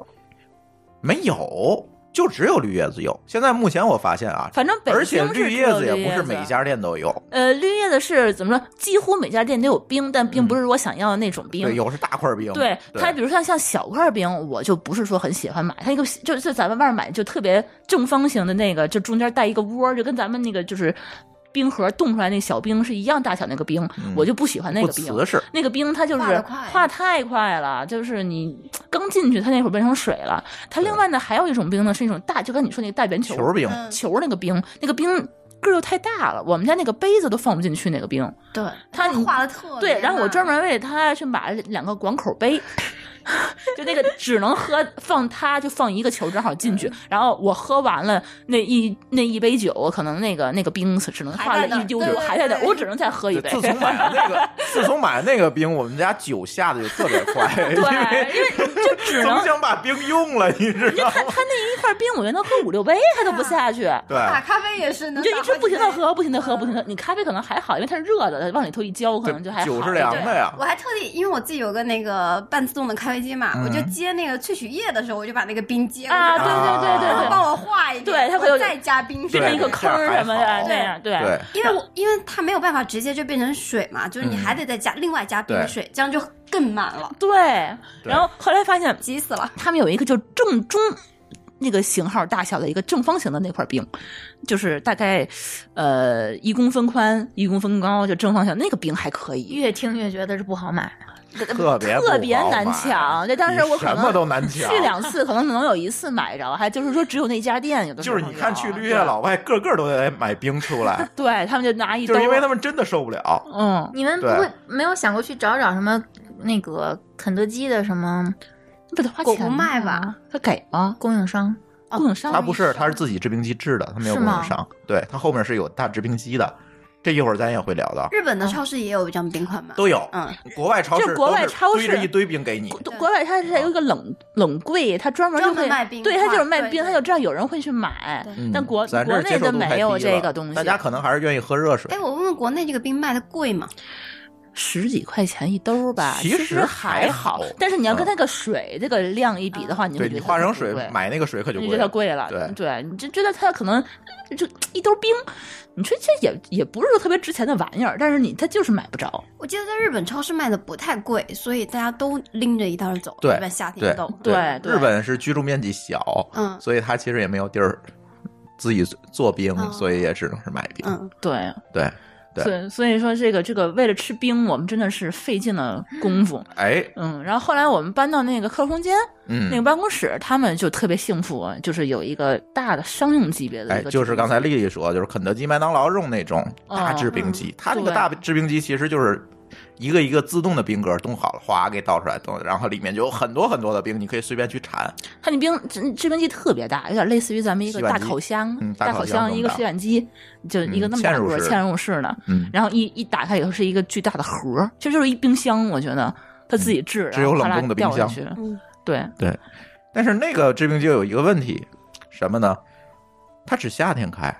Speaker 1: 没有，就只有绿叶子有。现在目前我发现啊，
Speaker 3: 反正北
Speaker 1: 而且
Speaker 3: 京是
Speaker 1: 绿
Speaker 3: 只
Speaker 1: 叶
Speaker 3: 有
Speaker 1: 子也不
Speaker 3: 叶
Speaker 1: 是每一。家店都有，
Speaker 3: 呃，绿叶子是怎么说？几乎每家店都有冰，但并不是我想要的那种冰。
Speaker 1: 嗯对，有是大块冰，
Speaker 3: 对它，比
Speaker 1: 对
Speaker 3: 如像像小块冰，我就不是说很喜欢买。它一个就就咱们外面买就特别正方形的那个，就中间带一个窝儿，就跟咱们那个就是冰盒冻出来那小冰是一样大小那个冰，
Speaker 1: 嗯
Speaker 3: 我就不喜欢那
Speaker 1: 不
Speaker 3: 个冰。
Speaker 1: 瓷实，
Speaker 3: 那个冰它就是
Speaker 4: 化得快
Speaker 3: 化太快了，就是你刚进去，它那会儿变成水了。它另外呢，还有一种冰呢，是一种大，就跟你说那个大圆球
Speaker 1: 球冰。
Speaker 4: 嗯
Speaker 3: 球那个冰，那个冰个儿又太大了，我们家那个杯子都放不进去那个冰。
Speaker 4: 对，
Speaker 3: 它
Speaker 4: 画的特别
Speaker 3: 对，然后我
Speaker 4: 慢 [LAUGHS]
Speaker 3: 专门为它去买了两个广口杯，就那个只能喝放它就放一个球正好进
Speaker 4: 嗯
Speaker 3: 去，然后我喝完了那一那一杯酒，可能那个那个冰只能化了一丢丢，还在那儿，我只能再喝一杯。
Speaker 1: 自从买了那
Speaker 3: [LAUGHS]
Speaker 1: 个，自从买了那个冰，我们家酒下的就特别快，
Speaker 3: 对，因
Speaker 1: [LAUGHS]
Speaker 3: 为就只能
Speaker 1: 总想把冰用了，你知道吗？
Speaker 3: [LAUGHS] 他那一块冰，我觉得能喝五六杯，他都不下去。
Speaker 1: 对，
Speaker 4: 打咖啡也是
Speaker 3: 你
Speaker 4: 哎能
Speaker 3: 就
Speaker 4: 打
Speaker 3: 一
Speaker 4: 好
Speaker 3: 直
Speaker 4: 几
Speaker 3: 不停的
Speaker 4: 杯。嗯
Speaker 3: 喝，不停的喝，不停的。你咖啡可能还好，因为它是热的，往里头一浇，可能就还好。
Speaker 1: 酒是凉的呀。
Speaker 4: 我还特地，因为我自己有个那个半自动的咖啡机嘛，
Speaker 1: 嗯
Speaker 4: 我就接那个萃取液的时候，哎我就把那个冰接过去，
Speaker 3: 啊，对对对
Speaker 4: 然后
Speaker 3: 对
Speaker 4: 帮
Speaker 3: 对，
Speaker 4: 我化一遍，
Speaker 3: 对它会有
Speaker 4: 我再加冰水，
Speaker 3: 变成一个
Speaker 1: 对
Speaker 3: 坑儿什么
Speaker 1: 这样还
Speaker 3: 的，
Speaker 1: 好
Speaker 3: 那样对
Speaker 1: 对，
Speaker 4: 因为我因为它没有办法直接就变成水嘛，就是
Speaker 1: 嗯
Speaker 4: 你还得再加、另外加冰水，这样就更满了，
Speaker 3: 对。然后后来发现
Speaker 4: 急死了。
Speaker 3: 他们有一个就正中那个型号大小的一个正方形的那块冰，就是大概呃一公分宽、一公分高，就正方形那个冰还可以。
Speaker 2: 越听越觉得是不好买。
Speaker 1: 特别
Speaker 3: 呃特
Speaker 1: 特
Speaker 3: 别难抢，
Speaker 1: 这
Speaker 3: 这当时我可能
Speaker 1: 什么都难
Speaker 3: 去
Speaker 1: 抢，
Speaker 3: 两次，可能能有一次买着，还就是说只有那家店有的时
Speaker 1: 就
Speaker 3: 候
Speaker 1: 是你看
Speaker 3: 有
Speaker 1: 去绿叶老外，个个都得买冰出
Speaker 3: [LAUGHS]
Speaker 1: 来，
Speaker 3: 对他们就拿一兜
Speaker 1: 就
Speaker 3: 儿，
Speaker 1: 是因为他们真的受不了。
Speaker 3: 嗯，
Speaker 2: 你们不
Speaker 1: 对
Speaker 2: 会没有想过去找找什么那个肯德基的什么
Speaker 3: 那不得花
Speaker 4: 果
Speaker 3: 钱
Speaker 4: 不卖吧哦
Speaker 3: 吗？他给吗？
Speaker 2: 供应商？
Speaker 3: 供应商
Speaker 1: 他不是，他是自己制冰机制的，他没有
Speaker 2: 是
Speaker 1: 供
Speaker 2: 吗
Speaker 1: 应商，对他后面是有大制冰机的，这一会儿咱也会聊到，
Speaker 4: 日本的超市也有这样冰块吗？
Speaker 1: 嗯都有。
Speaker 4: 嗯，
Speaker 1: 国外超市
Speaker 3: 这国外
Speaker 1: 都是
Speaker 3: 超市
Speaker 1: 堆着一堆冰给你，
Speaker 3: 国外它是有一个冷冷柜，它专门就
Speaker 4: 专门
Speaker 3: 会
Speaker 4: 卖冰
Speaker 3: 对，它就是
Speaker 4: 块
Speaker 3: 卖
Speaker 4: 对
Speaker 3: 冰，
Speaker 4: 对
Speaker 3: 它就知道有人会去买
Speaker 4: 对。
Speaker 1: 嗯
Speaker 3: 但国
Speaker 1: 咱这
Speaker 3: 国
Speaker 1: 儿接
Speaker 3: 内
Speaker 1: 受
Speaker 3: 就
Speaker 1: 度太
Speaker 3: 没有
Speaker 1: 低了
Speaker 3: 这个东西，
Speaker 1: 大家可能还是愿意喝热水
Speaker 4: 哎，。我问问国内这个冰卖的贵吗？
Speaker 3: 十几块钱一兜吧，
Speaker 1: 其
Speaker 3: 其
Speaker 1: 实
Speaker 3: 还
Speaker 1: 还好嗯
Speaker 3: 但是你要跟那个水这个量一比的
Speaker 4: 嗯
Speaker 3: 话，你
Speaker 1: 对
Speaker 3: 会觉
Speaker 1: 你
Speaker 3: 得
Speaker 1: 化
Speaker 3: 它
Speaker 1: 成
Speaker 3: 不
Speaker 1: 水
Speaker 3: 贵
Speaker 1: 买那个水可就
Speaker 3: 你
Speaker 1: 贵
Speaker 3: 觉得贵了，
Speaker 1: 对
Speaker 3: 你就觉得它可能就一兜冰，你说这也也不是说特别值钱的玩意儿，但是你它就是买不着，
Speaker 4: 我记得在日本超市卖的不太贵，所以大家都拎着一袋儿走。
Speaker 1: 对
Speaker 4: 日本夏天
Speaker 1: 对
Speaker 4: 都
Speaker 3: 对对
Speaker 1: 日本是居住面积小，
Speaker 4: 嗯
Speaker 1: 所以它其实也没有地儿自己做冰，
Speaker 4: 嗯
Speaker 1: 所以也只能是买冰。
Speaker 4: 嗯，
Speaker 3: 对，
Speaker 1: 对，对
Speaker 3: 所以所以说这个这个为了吃冰，我们真的是费尽了功夫，
Speaker 1: 哎，
Speaker 3: 嗯，然后后来我们搬到那个客户空间那个
Speaker 1: 嗯，
Speaker 3: 办公室，他们就特别幸福，就是有一个大的商用级别的
Speaker 1: 哎
Speaker 3: 一，个制冰机，哦
Speaker 1: 就是刚才丽丽说，就是肯德基、麦当劳用那种大制冰机，它这个
Speaker 3: 嗯对
Speaker 1: 大制冰机其实就是。一个一个自动的冰格冻好了，哗给倒出来，冻，然后里面就有很多很多的冰，你可以随便去铲。
Speaker 3: 它那冰制制冰机特别大，有点类似于咱们一个
Speaker 1: 洗碗
Speaker 3: 大
Speaker 1: 机
Speaker 3: 烤箱，
Speaker 1: 嗯大
Speaker 3: 大
Speaker 1: 烤
Speaker 3: 烤
Speaker 1: 箱这么
Speaker 3: 一个
Speaker 1: 大嗯
Speaker 3: 洗碗机，就一个那么
Speaker 1: 嵌
Speaker 3: 大
Speaker 1: 入
Speaker 3: 个
Speaker 1: 式
Speaker 3: 嵌入式的，
Speaker 1: 嗯，
Speaker 3: 然后一一打开以后是一个巨大的盒儿，这就是一冰箱，我觉得他自己制，
Speaker 1: 嗯只有
Speaker 3: 然后啪
Speaker 1: 冷
Speaker 3: 啦
Speaker 1: 冻的冰
Speaker 3: 掉下
Speaker 1: 箱
Speaker 3: 去
Speaker 4: 嗯
Speaker 3: 对，
Speaker 1: 但是那个制冰机有一个问题，什么呢？它只夏天开，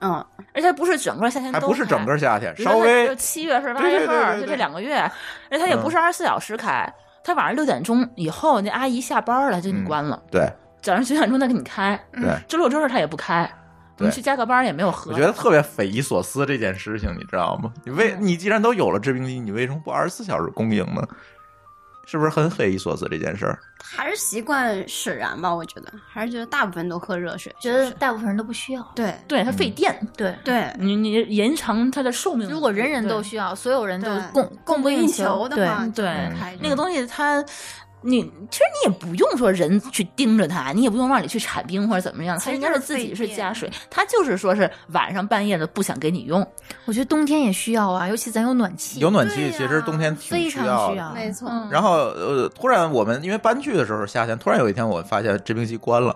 Speaker 4: 嗯，
Speaker 3: 而且不是整个夏天
Speaker 1: 还
Speaker 3: 都
Speaker 1: 不是整个夏天，
Speaker 3: 开，
Speaker 1: 稍
Speaker 3: 就
Speaker 1: 微
Speaker 3: 七月份、八
Speaker 1: 对对对
Speaker 3: 月份儿
Speaker 1: 对对
Speaker 3: 就
Speaker 1: 嗯
Speaker 3: 这两个月，而且它也不是二十四小时开，它晚上六点钟以后，那阿姨下班了就给
Speaker 1: 嗯
Speaker 3: 你关了，
Speaker 1: 对
Speaker 3: 早上九点钟再给你开，
Speaker 1: 对。
Speaker 3: 周六周日它也不开，
Speaker 1: 对
Speaker 3: 你去加个班儿也没有喝。
Speaker 1: 我觉得特别匪夷所思这件事情，你知道吗？你为你既然都有了制冰机，你为什么不二十四小时供应呢？是不是很匪夷所思这件事儿？
Speaker 4: 还是习惯使然吧，我觉得，还是觉得大部分都喝热水。
Speaker 2: 觉得大部分人都不需要。
Speaker 4: 对
Speaker 3: 对它
Speaker 1: 嗯
Speaker 3: 费电，
Speaker 2: 对，
Speaker 4: 对，
Speaker 3: 你你延长它的寿命。
Speaker 2: 如果人人
Speaker 3: 对
Speaker 2: 都需要，所有人都
Speaker 4: 对
Speaker 2: 供供不应
Speaker 4: 求
Speaker 2: 求
Speaker 4: 的话，
Speaker 2: 对
Speaker 3: 对
Speaker 4: 就开着
Speaker 3: 那个东西它，你其实你也不用说人去盯着它，你也不用让你去铲冰或者怎么样，
Speaker 4: 其
Speaker 3: 它
Speaker 4: 实
Speaker 3: 应该
Speaker 4: 就是
Speaker 3: 是自己
Speaker 4: 费
Speaker 3: 是
Speaker 4: 电
Speaker 3: 加水，它就是说是晚上半夜的不想给你用，
Speaker 2: 我觉得冬天也需要啊，尤其咱有暖气，
Speaker 1: 有暖气
Speaker 4: 对呀
Speaker 1: 其实冬天挺
Speaker 2: 非
Speaker 1: 需
Speaker 2: 常
Speaker 1: 要
Speaker 2: 需
Speaker 1: 的。
Speaker 2: 要。
Speaker 4: 没错，
Speaker 3: 嗯
Speaker 1: 然后呃，突然我们因为搬去的时候是夏天，突然有一天我发现制冰机关了，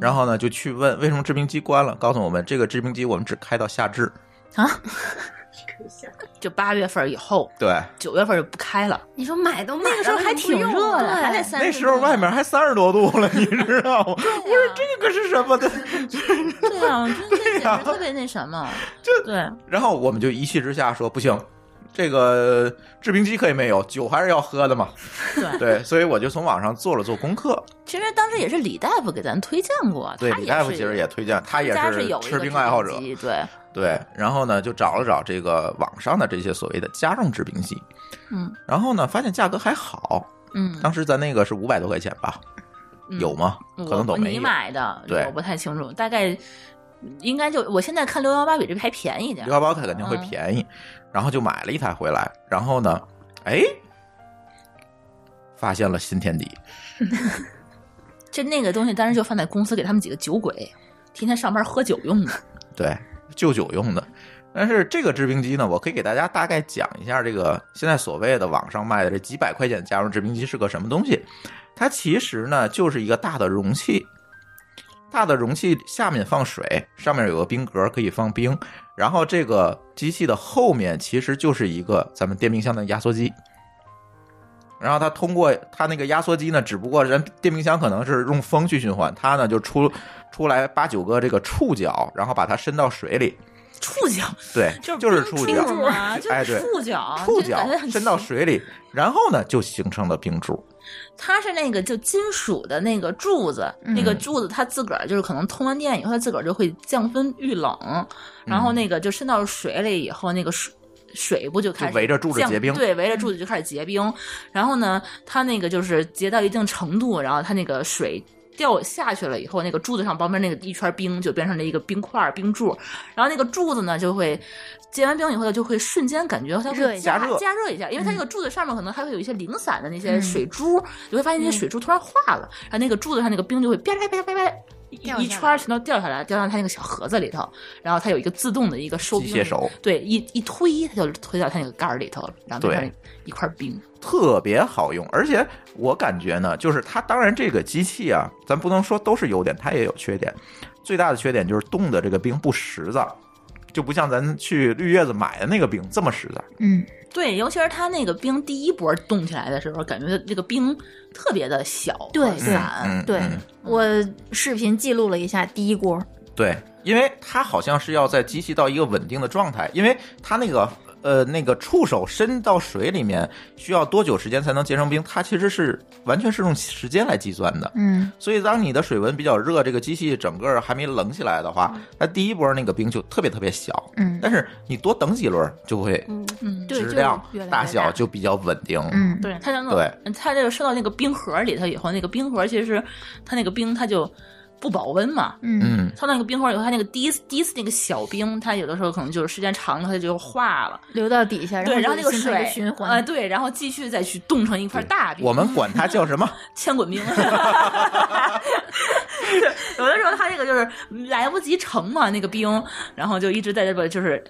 Speaker 1: 然后呢就去问为什么制冰机关了，告诉我们这个制冰机我们只开到夏至。
Speaker 3: 就八月份以后，
Speaker 1: 对，
Speaker 3: 九月份就不开了。
Speaker 4: 你说买都买了
Speaker 3: 那个时候还挺热的，还得三
Speaker 1: 那时候外面还三十多度了，你知道吗？
Speaker 3: 不是这
Speaker 1: 这个是什么的？
Speaker 3: 对啊，真的简
Speaker 1: 对啊
Speaker 3: 直特别那什么，
Speaker 1: 这
Speaker 3: 对
Speaker 1: 然后我们就一气之下说不行，这个制冰机可以没有，酒还是要喝的嘛。
Speaker 3: 对。
Speaker 1: 对，所以我就从网上做了做功课。
Speaker 3: 其实当时也是李大夫给咱推荐过，
Speaker 1: 对，
Speaker 3: 他
Speaker 1: 李
Speaker 3: 也
Speaker 1: 大夫
Speaker 3: 是
Speaker 1: 其实也推荐，他
Speaker 3: 他
Speaker 1: 也
Speaker 3: 家
Speaker 1: 是
Speaker 3: 有一
Speaker 1: 吃
Speaker 3: 个
Speaker 1: 冰
Speaker 3: 制
Speaker 1: 爱好者
Speaker 3: 机。对，
Speaker 1: 对，然后呢就找了找这个网上的这些所谓的家用制冰机，
Speaker 3: 嗯
Speaker 1: 然后呢发现价格还好，
Speaker 3: 嗯，
Speaker 1: 当时咱那个是五百多块钱吧，
Speaker 3: 嗯
Speaker 1: 有吗？可能都
Speaker 3: 我
Speaker 1: 没
Speaker 3: 你
Speaker 1: 有。
Speaker 3: 买的，
Speaker 1: 对
Speaker 3: 我不太清楚，大概应该就我现在看六幺八比这个还便宜点
Speaker 1: 六。幺八肯定会
Speaker 3: 嗯
Speaker 1: 便宜，然后就买了一台回来，然后呢，哎，发现了新天地，
Speaker 3: 就那个东西当时就放在
Speaker 1: [LAUGHS]
Speaker 3: 公司给他们几个酒鬼，天天上班喝酒用的。
Speaker 1: 对，救酒用的。但是这个制冰机呢，我可以给大家大概讲一下，这个现在所谓的网上卖的这几百块钱家用制冰机是个什么东西。它其实呢就是一个大的容器，大的容器下面放水，上面有个冰格可以放冰，然后这个机器的后面其实就是一个咱们电冰箱的压缩机。然后它通过它那个压缩机呢，只不过人电冰箱可能是用风去循环，它呢就出出来八九个这个触角，然后把它伸到水里，
Speaker 3: 触角
Speaker 1: 对，
Speaker 3: [LAUGHS] 就
Speaker 1: 就是触角，
Speaker 3: 冰柱 [LAUGHS] 啊，就
Speaker 1: 哎对
Speaker 3: 是触角，
Speaker 1: 触
Speaker 3: 就感
Speaker 1: 角
Speaker 3: 觉很
Speaker 1: 伸到
Speaker 3: 奇
Speaker 1: 水里，然后呢就形成了冰柱。
Speaker 3: 它是那个就金属的那个柱子，
Speaker 2: 嗯
Speaker 3: 那个柱子它自个儿就是可能通完电以后，它自个儿就会降温遇冷，然
Speaker 1: 嗯
Speaker 3: 后那个就渗到水里以后，那个水。水不就开始
Speaker 1: 就围着柱子
Speaker 3: 降
Speaker 1: 结冰
Speaker 3: 对，围着柱子就开始结冰。然后呢，它那个就是结到一定程度，然后它那个水掉下去了以后，那个柱子上旁边那个一圈冰就变成了一个冰块儿冰柱。然后那个柱子呢就会结完冰以后，它就会瞬间感觉它
Speaker 2: 热
Speaker 3: 会
Speaker 2: 一
Speaker 1: 下嗯
Speaker 3: 加
Speaker 1: 加热
Speaker 3: 加热一下，因为它那个柱子上面可能还会有一些零散的那
Speaker 1: 嗯
Speaker 3: 些水珠，你会发现那些
Speaker 4: 嗯
Speaker 3: 水珠突然化了，然后那个柱子上那个冰就会啪啪啪啪啪啪一
Speaker 4: 掉下来
Speaker 3: 一圈儿全都掉下来，掉到它那个小盒子里头，然后它有一个自动的一个收
Speaker 1: 机
Speaker 3: 冰
Speaker 1: 械
Speaker 3: 的
Speaker 1: 手，
Speaker 3: 对，一一推它就推到它那个盖儿里头了，然后变
Speaker 1: 对
Speaker 3: 成一块冰。
Speaker 1: 特别好用，而且我感觉呢，就是它当然这个机器啊，咱不能说都是优点，它也有缺点。最大的缺点就是冻的这个冰不实在，就不像咱去绿叶子买的那个冰这么实在。
Speaker 2: 嗯，
Speaker 3: 对，尤其是它那个冰第一波冻起来的时候，感觉那个冰特别的小，
Speaker 2: 对
Speaker 3: 和散。
Speaker 1: 嗯，
Speaker 2: 对
Speaker 1: 嗯
Speaker 2: 我视频记录了一下第一锅，
Speaker 1: 对，因为它好像是要在机器到一个稳定的状态，因为它那个呃那个触手伸到水里面需要多久时间才能结成冰，它其实是完全是用时间来计算的。
Speaker 2: 嗯，
Speaker 1: 所以当你的水温比较热，这个机器整个还没冷起来的话，它第一波那个冰就特别特别小。
Speaker 2: 嗯
Speaker 1: 但是你多等几轮就会
Speaker 4: 嗯，
Speaker 3: 嗯，
Speaker 2: 对
Speaker 1: 质
Speaker 2: 就
Speaker 1: 量
Speaker 2: 越来越
Speaker 1: 大小
Speaker 2: 大
Speaker 1: 就比较稳定。
Speaker 2: 嗯，
Speaker 3: 对，它能
Speaker 1: 对
Speaker 3: 它这个收到那个冰盒里头以后，那个冰盒其实它那个冰它就不保温嘛，
Speaker 2: 嗯
Speaker 1: 嗯，
Speaker 3: 它那个冰块以后，它那个第一次第一次那个小冰，它有的时候可能就是时间长了它就化了，
Speaker 2: 流到底下，
Speaker 3: 对，然后那
Speaker 2: 就
Speaker 3: 个
Speaker 2: 形成一
Speaker 3: 水
Speaker 2: 循
Speaker 3: 呃，
Speaker 2: 环，
Speaker 3: 对，然后继续再去冻成一块大冰，
Speaker 1: 我们管它叫什么？
Speaker 3: 千滚
Speaker 1: [LAUGHS]
Speaker 3: 冰。有的时候它这个就是来不及盛嘛，那个冰，然后就一直在这边就是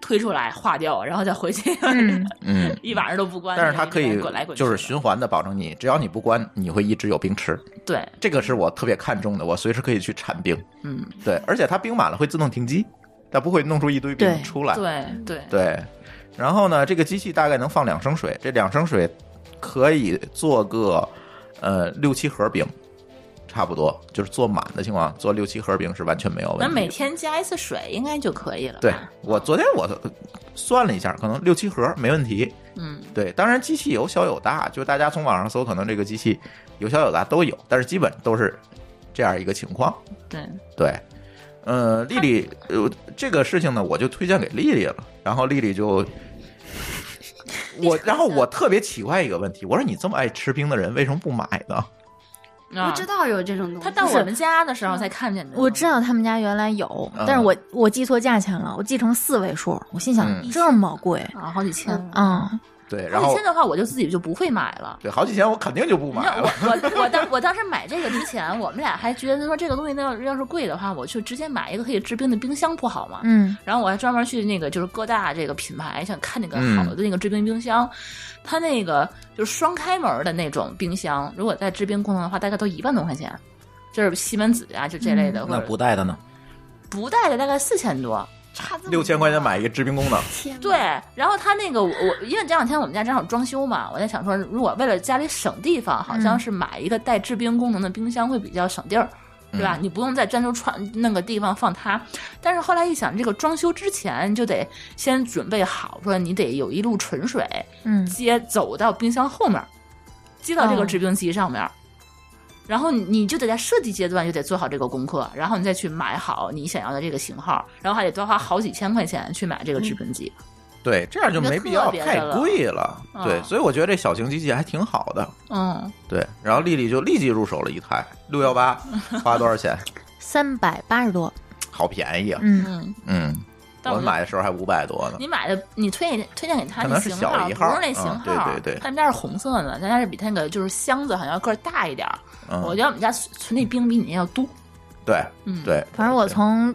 Speaker 3: 推出来化掉，然后再回去，
Speaker 2: 嗯，
Speaker 1: 嗯，
Speaker 3: [LAUGHS] 一晚上都不关。
Speaker 1: 但是它可
Speaker 3: 一
Speaker 1: 以
Speaker 3: 直滚来滚去
Speaker 1: 就
Speaker 3: 的，
Speaker 1: 是循环的，保证你只要你不关，你会一直有冰吃。
Speaker 3: 对，
Speaker 1: 这个是我特别看重的，我随时可以去铲冰。
Speaker 3: 嗯，
Speaker 1: 对，而且它冰满了会自动停机，它不会弄出一堆冰
Speaker 2: 对
Speaker 1: 出来。
Speaker 3: 对对
Speaker 1: 对，然后呢，这个机器大概能放两升水，这两升水可以做个呃六七盒饼，差不多就是做满的情况，做六七盒饼是完全没有问题
Speaker 3: 那
Speaker 1: 的。
Speaker 3: 每天加一次水应该就可以了。
Speaker 1: 对，我昨天我算了一下，可能六七盒没问题。
Speaker 3: 嗯，
Speaker 1: 对，当然机器有小有大，就大家从网上搜，可能这个机器有小有大都有，但是基本都是这样一个情况。
Speaker 3: 对，
Speaker 1: 对，呃，丽丽，呃，这个事情呢，我就推荐给丽丽了，然后丽丽就。我，然后我特别奇怪一个问题，我说你这么爱吃冰的人，为什么不买呢？
Speaker 3: 啊
Speaker 4: 不知道有这种东西。
Speaker 3: 他到我们家的时候才看见的。
Speaker 2: 嗯我知道他们家原来有
Speaker 1: 嗯，
Speaker 2: 但是我我记错价钱了，我记成四位数，我心
Speaker 1: 嗯
Speaker 2: 想这么贵，
Speaker 3: 啊，好几千。
Speaker 4: 嗯
Speaker 2: 嗯，
Speaker 1: 对，然
Speaker 3: 好
Speaker 1: 后
Speaker 3: 几千的话，我就自己就不会买了。
Speaker 1: 对好几千我肯定就不
Speaker 3: 你
Speaker 1: 买
Speaker 3: 看我
Speaker 1: 了。
Speaker 3: 我我当我当时买这个之前，我们俩还觉得说这个东西那要是贵的话，我就直接买一个可以制冰的冰箱不好吗？
Speaker 2: 嗯
Speaker 3: 然后我还专门去那个就是各大这个品牌想看那个好的那个制冰冰箱，它那个就是双开门的那种冰箱，如果带制冰功能的话，大概都一万多块钱，就是西门子啊就这类的，
Speaker 1: 嗯
Speaker 3: 或者
Speaker 1: 带的呢？
Speaker 3: 不带的大概四千多。
Speaker 4: 差这么
Speaker 1: 六千块钱买一个制冰功能，
Speaker 4: 天哪
Speaker 3: 对，然后他那个我我，因为这两天我们家正好装修嘛，我在想说，如果为了家里省地方，好像是买一个带制冰功能的冰箱会比较省地儿，对吧？你不用再单独穿那个地方放它。但是后来一想，这个装修之前就得先准备好，说你得有一路纯水
Speaker 2: 嗯，
Speaker 3: 接走到冰箱后面，接到这个
Speaker 2: 哦
Speaker 3: 制冰机上面。然后你你就得在设计阶段就得做好这个功课，然后你再去买好你想要的这个型号，然后还得多花好几千块钱去买这个制冰机。
Speaker 1: 对，这样就没必要
Speaker 3: 特别的
Speaker 1: 太
Speaker 3: 了
Speaker 1: 贵了。
Speaker 3: 嗯
Speaker 1: 对，所以我觉得这小型机器还挺好的。
Speaker 3: 嗯，
Speaker 1: 对，然后丽丽就立即入手了一台六幺
Speaker 3: [LAUGHS]
Speaker 1: 八，花多少钱？
Speaker 2: 三百八十多，
Speaker 1: 好便宜啊！
Speaker 2: 嗯
Speaker 3: 嗯，
Speaker 1: 嗯，
Speaker 3: 但
Speaker 1: 我
Speaker 3: 我
Speaker 1: 们
Speaker 3: 觉得
Speaker 1: 买的时候还五百多呢。
Speaker 3: 你买的，你推荐推荐给他
Speaker 1: 可
Speaker 3: 那
Speaker 1: 能是
Speaker 3: 型
Speaker 1: 小一号
Speaker 3: 不是那型
Speaker 1: 嗯
Speaker 3: 号，
Speaker 1: 对对对
Speaker 3: 他们家是红色的，咱家是比他那个就是箱子好像要个儿大一点儿。
Speaker 1: 嗯，
Speaker 3: 我觉得我们家存那冰比你那要多。
Speaker 1: 对
Speaker 3: 嗯，
Speaker 1: 对，
Speaker 2: 反正我从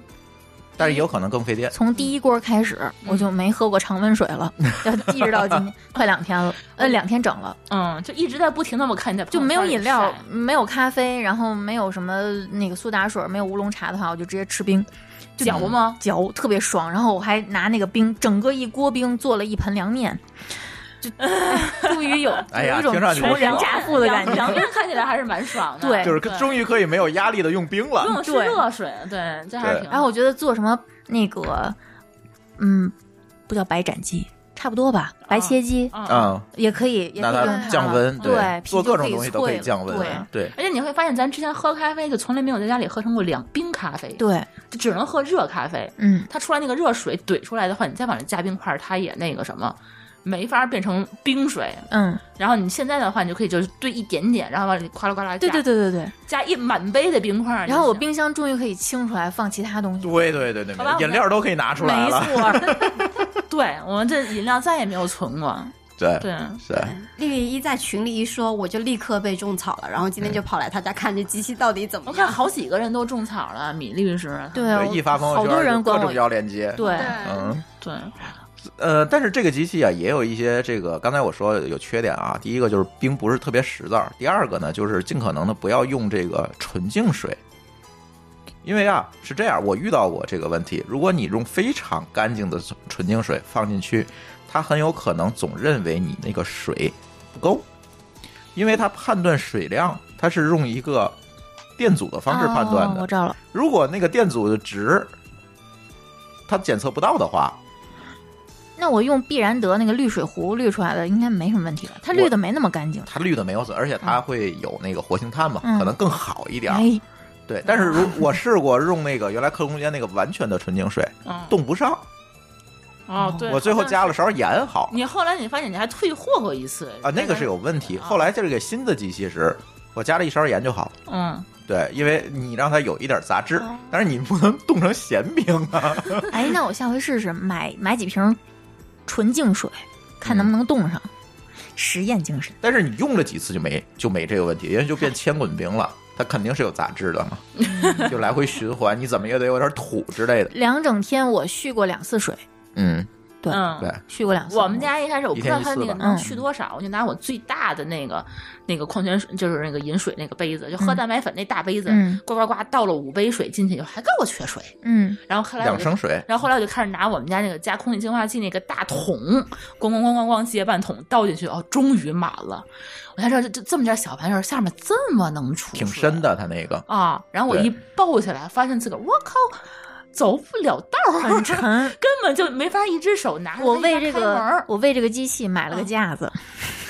Speaker 1: 但是也有可能更费电。
Speaker 2: 从第一锅开始，我
Speaker 1: 嗯
Speaker 2: 就没喝过常温
Speaker 1: [LAUGHS]
Speaker 2: 水了，要一直到今天，快两天了，呃，两天整了，
Speaker 3: 嗯，就一直在不停的我看你在
Speaker 1: 嗯
Speaker 2: 就没有饮
Speaker 3: 朋
Speaker 2: 料
Speaker 3: 友圈里，
Speaker 2: 没有咖啡，然后没有什么那个苏打水，没有乌龙茶的话，我就直接吃冰，
Speaker 3: 晒嚼吗？
Speaker 2: 嚼特别爽。然后我还拿那个冰，整个一锅冰做了一盆凉面，
Speaker 1: [LAUGHS]
Speaker 2: 就终于有
Speaker 1: 哎
Speaker 2: 有
Speaker 1: 呀
Speaker 2: 一种
Speaker 1: 听上去
Speaker 2: 穷
Speaker 1: 就
Speaker 2: 人
Speaker 1: 爽
Speaker 2: 乍富的感觉，
Speaker 3: 杨杨看起来还是蛮爽的，
Speaker 2: 对
Speaker 1: 就是
Speaker 3: 对
Speaker 1: 终于可以没有压力的用冰
Speaker 3: 不
Speaker 1: 了。
Speaker 3: 用吃
Speaker 2: 对
Speaker 3: 热水，对，这还是挺好。
Speaker 2: 然后我觉得做什么那个，嗯，不叫白斩鸡，差不多吧，白切鸡、
Speaker 3: 啊，
Speaker 1: 嗯，
Speaker 2: 也可以，也
Speaker 1: 那
Speaker 2: 可以用
Speaker 1: 它
Speaker 2: 它
Speaker 1: 降温，
Speaker 2: 对，啤酒
Speaker 1: 做各种
Speaker 2: 可以
Speaker 1: 东西都可以
Speaker 2: 萃
Speaker 1: 降温
Speaker 2: 对。
Speaker 1: 对，
Speaker 3: 而且你会发现，咱之前喝咖啡就从来没有在家里喝成过凉冰咖啡，，
Speaker 2: 对，
Speaker 3: 就只能喝热咖啡。
Speaker 2: 嗯，
Speaker 3: 它出来那个热水怼出来的话，你再往里加冰块，它也那个什么，没法变成冰水。
Speaker 2: 嗯，
Speaker 3: 然后你现在的话，你就可以就是兑一点点，然后往里哗啦哗啦加，
Speaker 2: 对对，对对对。
Speaker 3: 加一满杯的冰块。
Speaker 2: 然后我
Speaker 3: 冰。
Speaker 2: 冰箱终于可以清出来放其他东西，
Speaker 1: 对对对对
Speaker 3: 好吧我
Speaker 1: 对，
Speaker 3: 们
Speaker 1: 饮料都可以拿 [LAUGHS] 出来
Speaker 2: 没
Speaker 1: 了。
Speaker 2: 错，
Speaker 3: [LAUGHS]
Speaker 2: [LAUGHS]
Speaker 3: 对我们这饮料再也没有存过。
Speaker 1: 对
Speaker 3: 对，
Speaker 1: 是，
Speaker 4: 丽丽一在群里一说，我就立刻被种草了，然后
Speaker 1: 嗯
Speaker 4: 今天就跑来她家看这机器到底怎么
Speaker 3: 我
Speaker 4: 样。
Speaker 3: 看好几个人都种草了，米律师。
Speaker 2: 对
Speaker 1: 对，一发朋友
Speaker 2: 好多
Speaker 1: 圈就
Speaker 2: 人
Speaker 1: 各
Speaker 2: 管
Speaker 1: 种
Speaker 2: 我，
Speaker 1: 要链接。
Speaker 2: 对，
Speaker 1: 嗯。
Speaker 3: 对，
Speaker 1: 呃，但是这个机器啊，也有一些这个，刚才我说有缺点啊。第一个就是冰不是特别实在儿，第二个呢就是尽可能的不要用这个纯净水，因为啊是这样，我遇到过这个问题。如果你用非常干净的纯净水放进去，它很有可能总认为你那个水不够，因为它判断水量，它是用一个电阻的方式判断
Speaker 2: 哦
Speaker 1: 的。
Speaker 2: 我知道了，
Speaker 1: 如果那个电阻的值它检测不到的话，
Speaker 2: 那我用必然德那个滤水壶滤出来的应该没什么问题吧？它滤的没那么干净，
Speaker 1: 它绿的没有损，而且它
Speaker 3: 嗯
Speaker 1: 会有那个活性炭嘛，
Speaker 2: 嗯
Speaker 1: 可能更好一点儿。
Speaker 2: 哎，
Speaker 1: 对，但是如我试过用那个原来客空间那个完全的纯净水，
Speaker 3: 嗯，
Speaker 1: 冻不上，
Speaker 3: 哦，对，
Speaker 1: 我最后
Speaker 3: 好像
Speaker 1: 加了勺盐好
Speaker 3: 是。你后来你发现你还退货过一次
Speaker 1: 啊，那个是有问题。
Speaker 3: 啊
Speaker 1: 后来这个新的机器时，我加了一勺盐就好了。
Speaker 3: 嗯，
Speaker 1: 对，因为你让它有一点杂质， [LAUGHS] 但是你不能冻成咸冰啊。
Speaker 2: 哎，那我下回试试买买几瓶纯净水，看
Speaker 1: 嗯
Speaker 2: 能不能冻上。实验精神，
Speaker 1: 但是你用了几次就没就没这个问题，因为就变千滚冰了，它肯定是有杂质
Speaker 3: [LAUGHS]
Speaker 1: 的嘛，就来回循环，你怎么也得有点土之类的。
Speaker 2: 两整天我续过两次水，
Speaker 1: 嗯，
Speaker 2: 对，
Speaker 3: 嗯
Speaker 1: 对，
Speaker 2: 续过两次。
Speaker 3: 我们家一开始我
Speaker 1: 一
Speaker 3: 不
Speaker 1: 天
Speaker 3: 知道
Speaker 1: 一
Speaker 3: 它
Speaker 1: 次
Speaker 3: 那个
Speaker 1: 吧
Speaker 3: 能
Speaker 2: 嗯
Speaker 3: 续多少，我就拿我最大的那个那个矿泉水，就是那个饮水那个杯子，就喝
Speaker 2: 嗯
Speaker 3: 蛋白粉那大杯子
Speaker 2: 嗯，
Speaker 3: 呱呱呱倒了五杯水进去，就还够我缺水。
Speaker 2: 嗯，
Speaker 3: 然后后来我
Speaker 1: 两
Speaker 3: 就
Speaker 1: 升水。
Speaker 3: 然后后来我就开始拿我们家那个加空气净化器那个大桶，咣咣咣咣咣接半桶倒进去，哦，终于满了。我才知道这这这么点小玩意儿下面这么能出，
Speaker 1: 挺深的，它那个
Speaker 3: 啊！然后我
Speaker 1: 对
Speaker 3: 一抱起来，发现自个儿，我靠，走不了道儿， [LAUGHS]
Speaker 2: 很沉。
Speaker 3: 根本就没法一只手拿着
Speaker 2: 嗯我
Speaker 3: 它一
Speaker 2: 为
Speaker 3: 边
Speaker 2: 这
Speaker 3: 开门
Speaker 2: 个
Speaker 3: 儿，
Speaker 2: 我为这个机器买了
Speaker 1: 嗯
Speaker 2: 个架子。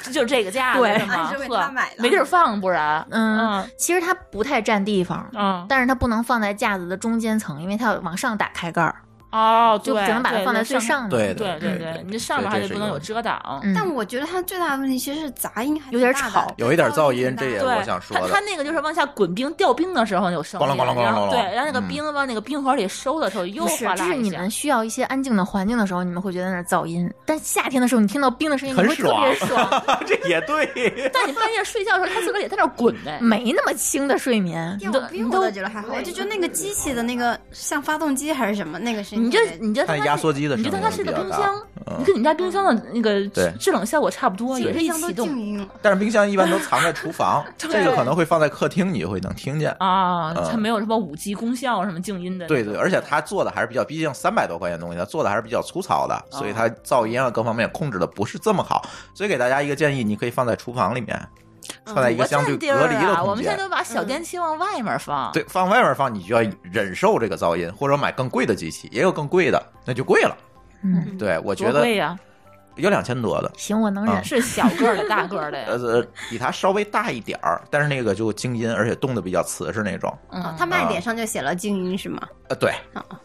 Speaker 3: 就就这个架子
Speaker 2: 对
Speaker 3: 是吗
Speaker 4: 还是为
Speaker 3: 呵
Speaker 4: 他买的
Speaker 3: 没地儿放，不然，
Speaker 2: 嗯，其实它不太占地方，
Speaker 3: 嗯
Speaker 2: 但是它不能放在架子的中间层，因为它要往上打开盖儿，
Speaker 3: 哦，
Speaker 2: 就
Speaker 3: 对
Speaker 2: 只能把它
Speaker 3: 对
Speaker 2: 放在
Speaker 3: 对
Speaker 2: 最上面。
Speaker 1: 对
Speaker 3: 对
Speaker 1: 对
Speaker 3: 对
Speaker 1: 对
Speaker 3: 对，你这上面
Speaker 1: 对
Speaker 3: 还
Speaker 1: 这
Speaker 3: 得
Speaker 1: 是一
Speaker 3: 不能
Speaker 1: 个
Speaker 3: 有遮挡。
Speaker 2: 嗯，
Speaker 4: 但我觉得它最大的问题其实是杂音还挺
Speaker 2: 有点
Speaker 4: 大的
Speaker 2: 吵
Speaker 1: 有一点噪音
Speaker 4: 挺大的
Speaker 1: 这也
Speaker 3: 对，
Speaker 1: 我想说
Speaker 3: 他
Speaker 1: 的
Speaker 3: 他那个就是往下滚冰掉冰的时候有声音，
Speaker 1: 咣啷咣啷咣啷
Speaker 3: 然
Speaker 1: 咣啷
Speaker 3: 后对，然后那个
Speaker 1: 嗯
Speaker 3: 冰往那个冰盒里收的时候又
Speaker 2: 不是
Speaker 3: 哗，
Speaker 2: 这
Speaker 3: 啦
Speaker 2: 是
Speaker 3: 一
Speaker 2: 你
Speaker 3: 下
Speaker 2: 们。需要一些安静的环境的时候，你们会觉得那儿噪音。但夏天的时候，你听到冰的声音，你
Speaker 1: 很
Speaker 2: 会特别爽，
Speaker 1: 这也对，
Speaker 3: 但你半夜睡觉的时候，他自个儿也在那儿滚呢。
Speaker 2: 没那么轻的睡
Speaker 4: [LAUGHS]
Speaker 2: 眠。
Speaker 4: 有
Speaker 3: 都
Speaker 4: 病
Speaker 3: 你
Speaker 4: 我
Speaker 3: 都
Speaker 4: 倒觉得还好，我就觉得那个机器的那个像发动机还是什么那个声音，
Speaker 3: 你就你就
Speaker 1: 它
Speaker 3: 当它
Speaker 1: 压
Speaker 3: 是
Speaker 1: 缩机的
Speaker 3: 你就
Speaker 1: 声
Speaker 3: 当
Speaker 1: 音
Speaker 3: 它是一个
Speaker 1: 比较
Speaker 3: 冰
Speaker 1: 大
Speaker 3: 箱，
Speaker 1: 嗯
Speaker 3: 你跟你家冰箱的那个
Speaker 1: 对
Speaker 3: 制冷效果差不多，也是一
Speaker 4: 箱都
Speaker 3: 起
Speaker 4: 静
Speaker 3: 动
Speaker 4: 音了。
Speaker 1: 但是冰箱一般都藏在厨房，这个可能会放在客厅，你会能听见。
Speaker 3: 啊，
Speaker 1: 嗯
Speaker 3: 它没有什么五 G 功效什么静音的。
Speaker 1: 对对，而且它做的还是比较，毕竟三百多块钱的东西，它做的还是比较粗糙的，所以它噪音啊各方面控制的不是这么好。所以给大家一个建议，你可以放在厨房里面，放
Speaker 4: 嗯
Speaker 1: 在一个
Speaker 3: 我
Speaker 1: 相
Speaker 3: 占
Speaker 1: 对
Speaker 3: 地儿
Speaker 1: 隔离的
Speaker 3: 啊，我
Speaker 1: 空
Speaker 3: 们现
Speaker 1: 间
Speaker 3: 在。都把小电器往外面放。
Speaker 1: 对，放外面放你就要忍受这个噪音，或者买更贵的机器，也有更贵的，那就贵了。
Speaker 2: 嗯，
Speaker 1: 对，我觉
Speaker 3: 多
Speaker 1: 得
Speaker 3: 贵呀，
Speaker 1: 有两千多的，
Speaker 2: 行，我能忍
Speaker 1: 啊。
Speaker 3: 是小个儿的、大个儿的呀。
Speaker 1: 呃，比它稍微大一点儿，但是那个就静音，而且冻得比较瓷实那种。
Speaker 3: 嗯，
Speaker 4: 它哦卖点上就写了静音是吗？
Speaker 1: 呃，对，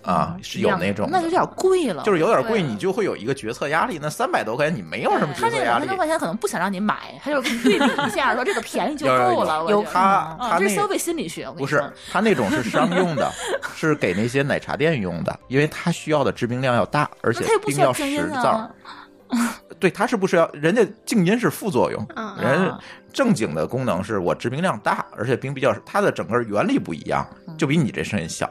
Speaker 1: 啊，是有那种的，
Speaker 3: 哦那有点贵了。
Speaker 1: 就是有点贵，
Speaker 4: 对
Speaker 1: 你就会有一个决策压力。那三百多块钱，你没有什么
Speaker 3: 他
Speaker 1: 决
Speaker 3: 那
Speaker 1: 策压
Speaker 3: 个两
Speaker 1: 力
Speaker 3: 千多。块钱可能不想让你买，他就是给你对比一下，说这个便宜就够了。我
Speaker 2: 有有有
Speaker 3: 觉得
Speaker 1: 他
Speaker 3: 嗯
Speaker 1: 他
Speaker 3: 这
Speaker 1: 那
Speaker 3: 是消费心理学，我跟
Speaker 1: 不
Speaker 3: 你
Speaker 1: 是
Speaker 3: 说，
Speaker 1: 他那种是商用
Speaker 3: [LAUGHS]
Speaker 1: 的，是给那些奶茶店用的，因为他需要的制冰量要大，而且
Speaker 3: 那他也不
Speaker 1: 冰
Speaker 3: 需
Speaker 1: 要
Speaker 3: 要
Speaker 1: 实
Speaker 3: 静音
Speaker 1: 在。
Speaker 3: 啊。
Speaker 1: 对，他是不需要，人家静音是副作用，
Speaker 4: 嗯
Speaker 1: 人
Speaker 3: 啊
Speaker 1: 正经的功能是我制冰
Speaker 3: 嗯
Speaker 1: 量大，而且冰比较，它的整个原理不一样，就比你这声音小，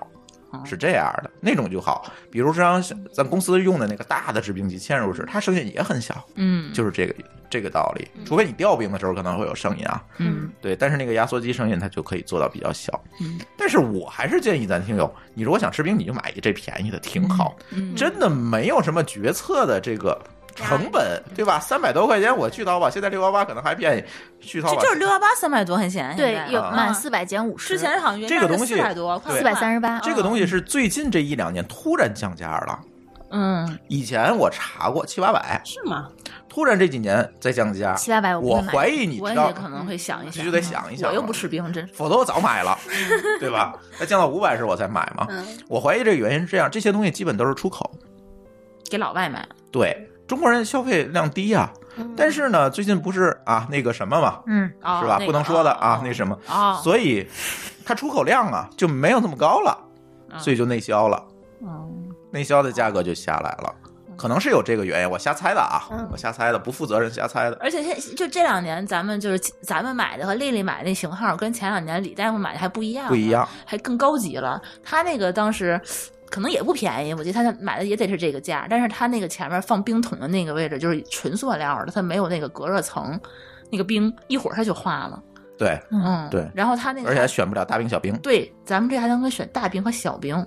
Speaker 3: 哦
Speaker 1: 是这样的。那种就好。比如像咱公司用的那个大的制冰机嵌入式，它声音也很小，
Speaker 3: 嗯，
Speaker 1: 就是这个这个道理。除非你调冰的时候可能会有声音啊，
Speaker 3: 嗯
Speaker 1: 对，但是那个压缩机声音它就可以做到比较小。
Speaker 3: 嗯
Speaker 1: 但是我还是建议咱听友，你如果想吃冰，你就买一这便宜的，挺好，
Speaker 3: 嗯
Speaker 1: 真的没有什么决策的这个。成本对吧？三百多块钱，我去淘宝，现在六幺八可能还便宜。去淘
Speaker 3: 这
Speaker 1: 宝
Speaker 3: 就是六幺八三百多块钱，
Speaker 2: 对
Speaker 3: 现，在
Speaker 2: 有
Speaker 1: 啊
Speaker 2: 满四百减五
Speaker 3: 之
Speaker 2: 十，
Speaker 3: 前好像原价
Speaker 1: 这个东西
Speaker 3: 四百多，快
Speaker 1: 对
Speaker 2: 四百三十八，
Speaker 1: 这个东西是最近这一两年突然降价了，
Speaker 3: 嗯
Speaker 1: 以前我查过七八百，
Speaker 4: 是吗？
Speaker 1: 突然这几年再降价，
Speaker 2: 七八百
Speaker 1: 我
Speaker 2: 不会买。
Speaker 1: 怀疑你
Speaker 3: 我
Speaker 1: 知
Speaker 3: 也
Speaker 1: 道，
Speaker 3: 可能会想一想，
Speaker 1: 必须得想一想
Speaker 3: 我又不吃冰，真是。
Speaker 1: 否则我早买了， [LAUGHS] 对吧？那降到五百时我才买嘛。
Speaker 4: 嗯，
Speaker 1: 我怀疑这个原因是这样，这些东西基本都是出口，
Speaker 3: 给老外买，
Speaker 1: 对中国人消费量低啊。
Speaker 3: 嗯
Speaker 1: 但是呢，最近不是啊那个什么嘛，
Speaker 2: 嗯，
Speaker 3: 哦、
Speaker 1: 是吧？
Speaker 3: 那个
Speaker 1: 不能说的啊
Speaker 3: 哦，
Speaker 1: 那什么，
Speaker 3: 哦，
Speaker 1: 所以它出口量啊就没有那么高了，
Speaker 3: 啊
Speaker 1: 所以就内销了。哦
Speaker 3: 嗯
Speaker 1: 内销的价格就下来了，可能是有这个原因，我瞎猜的啊，
Speaker 4: 嗯
Speaker 1: 我瞎猜的，不负责任瞎猜的。
Speaker 3: 而且现就这两年，咱们就是咱们买的和丽丽买的那型号，跟前两年李大夫买的还不一样，
Speaker 1: 不一，样，
Speaker 3: 还更高级了。他那个当时可能也不便宜，我记得他买的也得是这个价，但是他那个前面放冰桶的那个位置就是纯塑料的，它没有那个隔热层，那个冰一会儿它就化了。
Speaker 1: 对，
Speaker 3: 嗯，
Speaker 1: 对
Speaker 3: 然后他那个
Speaker 1: 而且还选不了大兵小兵。
Speaker 3: 对，咱们这还能够选大冰和小冰，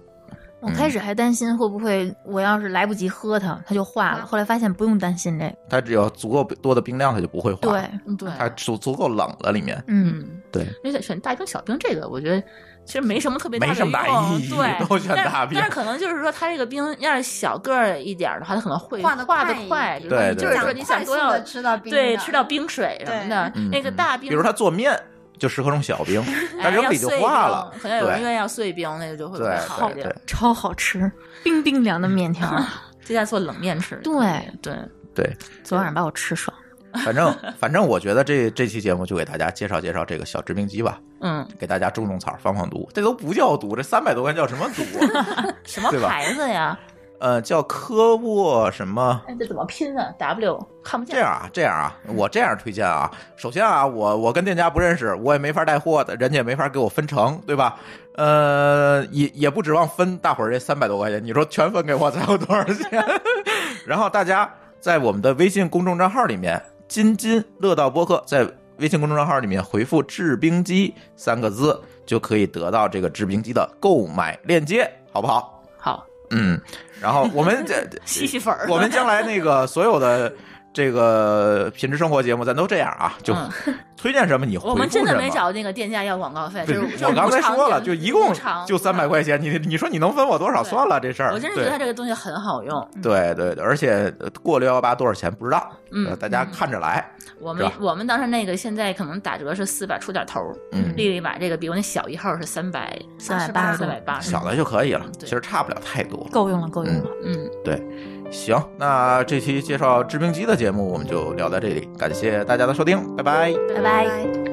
Speaker 2: 我开始还担心会不会我要是来不及喝它，它就化了。后来发现不用担心这个。
Speaker 1: 它只有足够多的冰量，它就不会化。
Speaker 2: 对，，
Speaker 3: 嗯，对，
Speaker 1: 它足足够冷了，里面
Speaker 2: 嗯，
Speaker 3: 嗯。
Speaker 1: 对，
Speaker 3: 而且选大兵小兵这个，我觉得其实没什么特别大
Speaker 1: 没
Speaker 3: 的
Speaker 1: 什么大
Speaker 3: 用
Speaker 1: 意义
Speaker 3: 对，
Speaker 1: 都选
Speaker 3: 但是
Speaker 1: 大兵
Speaker 3: 但是可能就是说，他这个兵要是小个儿一点儿的话，他可能会
Speaker 4: 化
Speaker 3: 的
Speaker 4: 得
Speaker 3: 化
Speaker 4: 快
Speaker 3: 得
Speaker 4: 一点
Speaker 3: 快，比如说
Speaker 1: 对
Speaker 3: 就是
Speaker 1: 对
Speaker 3: 说
Speaker 1: 对
Speaker 3: 你想
Speaker 4: 快速
Speaker 3: 多要
Speaker 4: 的吃到冰的，
Speaker 3: 对吃到冰水什么的
Speaker 4: 对，
Speaker 1: 嗯
Speaker 3: 那个
Speaker 1: 嗯
Speaker 3: 大兵，
Speaker 1: 比如它做面就适合用小
Speaker 3: [LAUGHS]
Speaker 1: 冰，它
Speaker 3: 哎
Speaker 1: 扔
Speaker 3: 要
Speaker 1: 里就
Speaker 3: 碎冰
Speaker 1: 化了。
Speaker 3: 可能有人
Speaker 1: 对
Speaker 3: 愿意要碎冰，那个就会
Speaker 1: 对
Speaker 3: 好一
Speaker 1: 对
Speaker 3: 点
Speaker 1: 对。，
Speaker 2: 超好吃，冰冰凉的面条。
Speaker 3: 这在做冷面吃，
Speaker 2: 对
Speaker 3: 对，
Speaker 1: 对，
Speaker 2: 昨晚上把我吃爽。
Speaker 1: 反正反正我觉得这这期节目就给大家介绍介绍这个小制冰机吧，
Speaker 3: 嗯，
Speaker 1: 给大家种种草，放放毒。这都不叫毒，这三百多块钱叫什么毒啊？ [LAUGHS]
Speaker 3: 什么
Speaker 1: 对吧
Speaker 3: 牌子呀？
Speaker 1: 呃，叫科沃什么？
Speaker 3: 哎，这怎么拼啊？W 看不见。
Speaker 1: 这样啊，这样啊，我这样推荐啊。首先啊，我我跟店家不认识，我也没法带货的，人家也没法给我分成，对吧？呃，也也不指望分大伙儿这三百多块钱，你说全分给我才有多少钱？ [LAUGHS] 然后大家在我们的微信公众账号里面“津津乐道播客”在微信公众账号里面回复“制冰机”三个字，就可以得到这个制冰机的购买链接，好不好？
Speaker 3: 好，
Speaker 1: 嗯，然后我们这
Speaker 3: [LAUGHS] 吸吸粉儿。
Speaker 1: 我们将来那个所有的这个品质生活节目，咱都这样啊，就
Speaker 3: 嗯
Speaker 1: 推荐什么你回复
Speaker 3: 我们真的没
Speaker 1: 什么
Speaker 3: 找那个店家要广告费，就
Speaker 1: 对
Speaker 3: 是就是
Speaker 1: 我刚才
Speaker 3: 无偿
Speaker 1: 说了，
Speaker 3: 的
Speaker 1: 就一共
Speaker 3: 无偿
Speaker 1: 就三百块钱，你你说你能分我多少
Speaker 3: 对
Speaker 1: 算了这事儿。
Speaker 3: 我真是觉得它
Speaker 1: 对
Speaker 3: 嗯这个东西很好用。
Speaker 1: 对对对，而且呃过六幺八多少钱不知道，
Speaker 3: 嗯
Speaker 1: 呃大家看着来。
Speaker 3: 我
Speaker 1: 是
Speaker 3: 们
Speaker 1: 吧
Speaker 3: 我们当时那个现在可能打折是四百出点头儿，
Speaker 1: 嗯
Speaker 3: 丽丽买这个比我那小一号是三百
Speaker 2: 三百八
Speaker 4: 八
Speaker 2: 十
Speaker 3: 四百八十，
Speaker 1: 小的就可以了
Speaker 3: 嗯，对
Speaker 1: 其实差不了太多。
Speaker 2: 够用了，够用了。
Speaker 3: 嗯，
Speaker 1: 行，那这期介绍制冰机的节目我们就聊到这里，感谢大家的收听，拜拜。
Speaker 2: 拜拜
Speaker 4: 拜。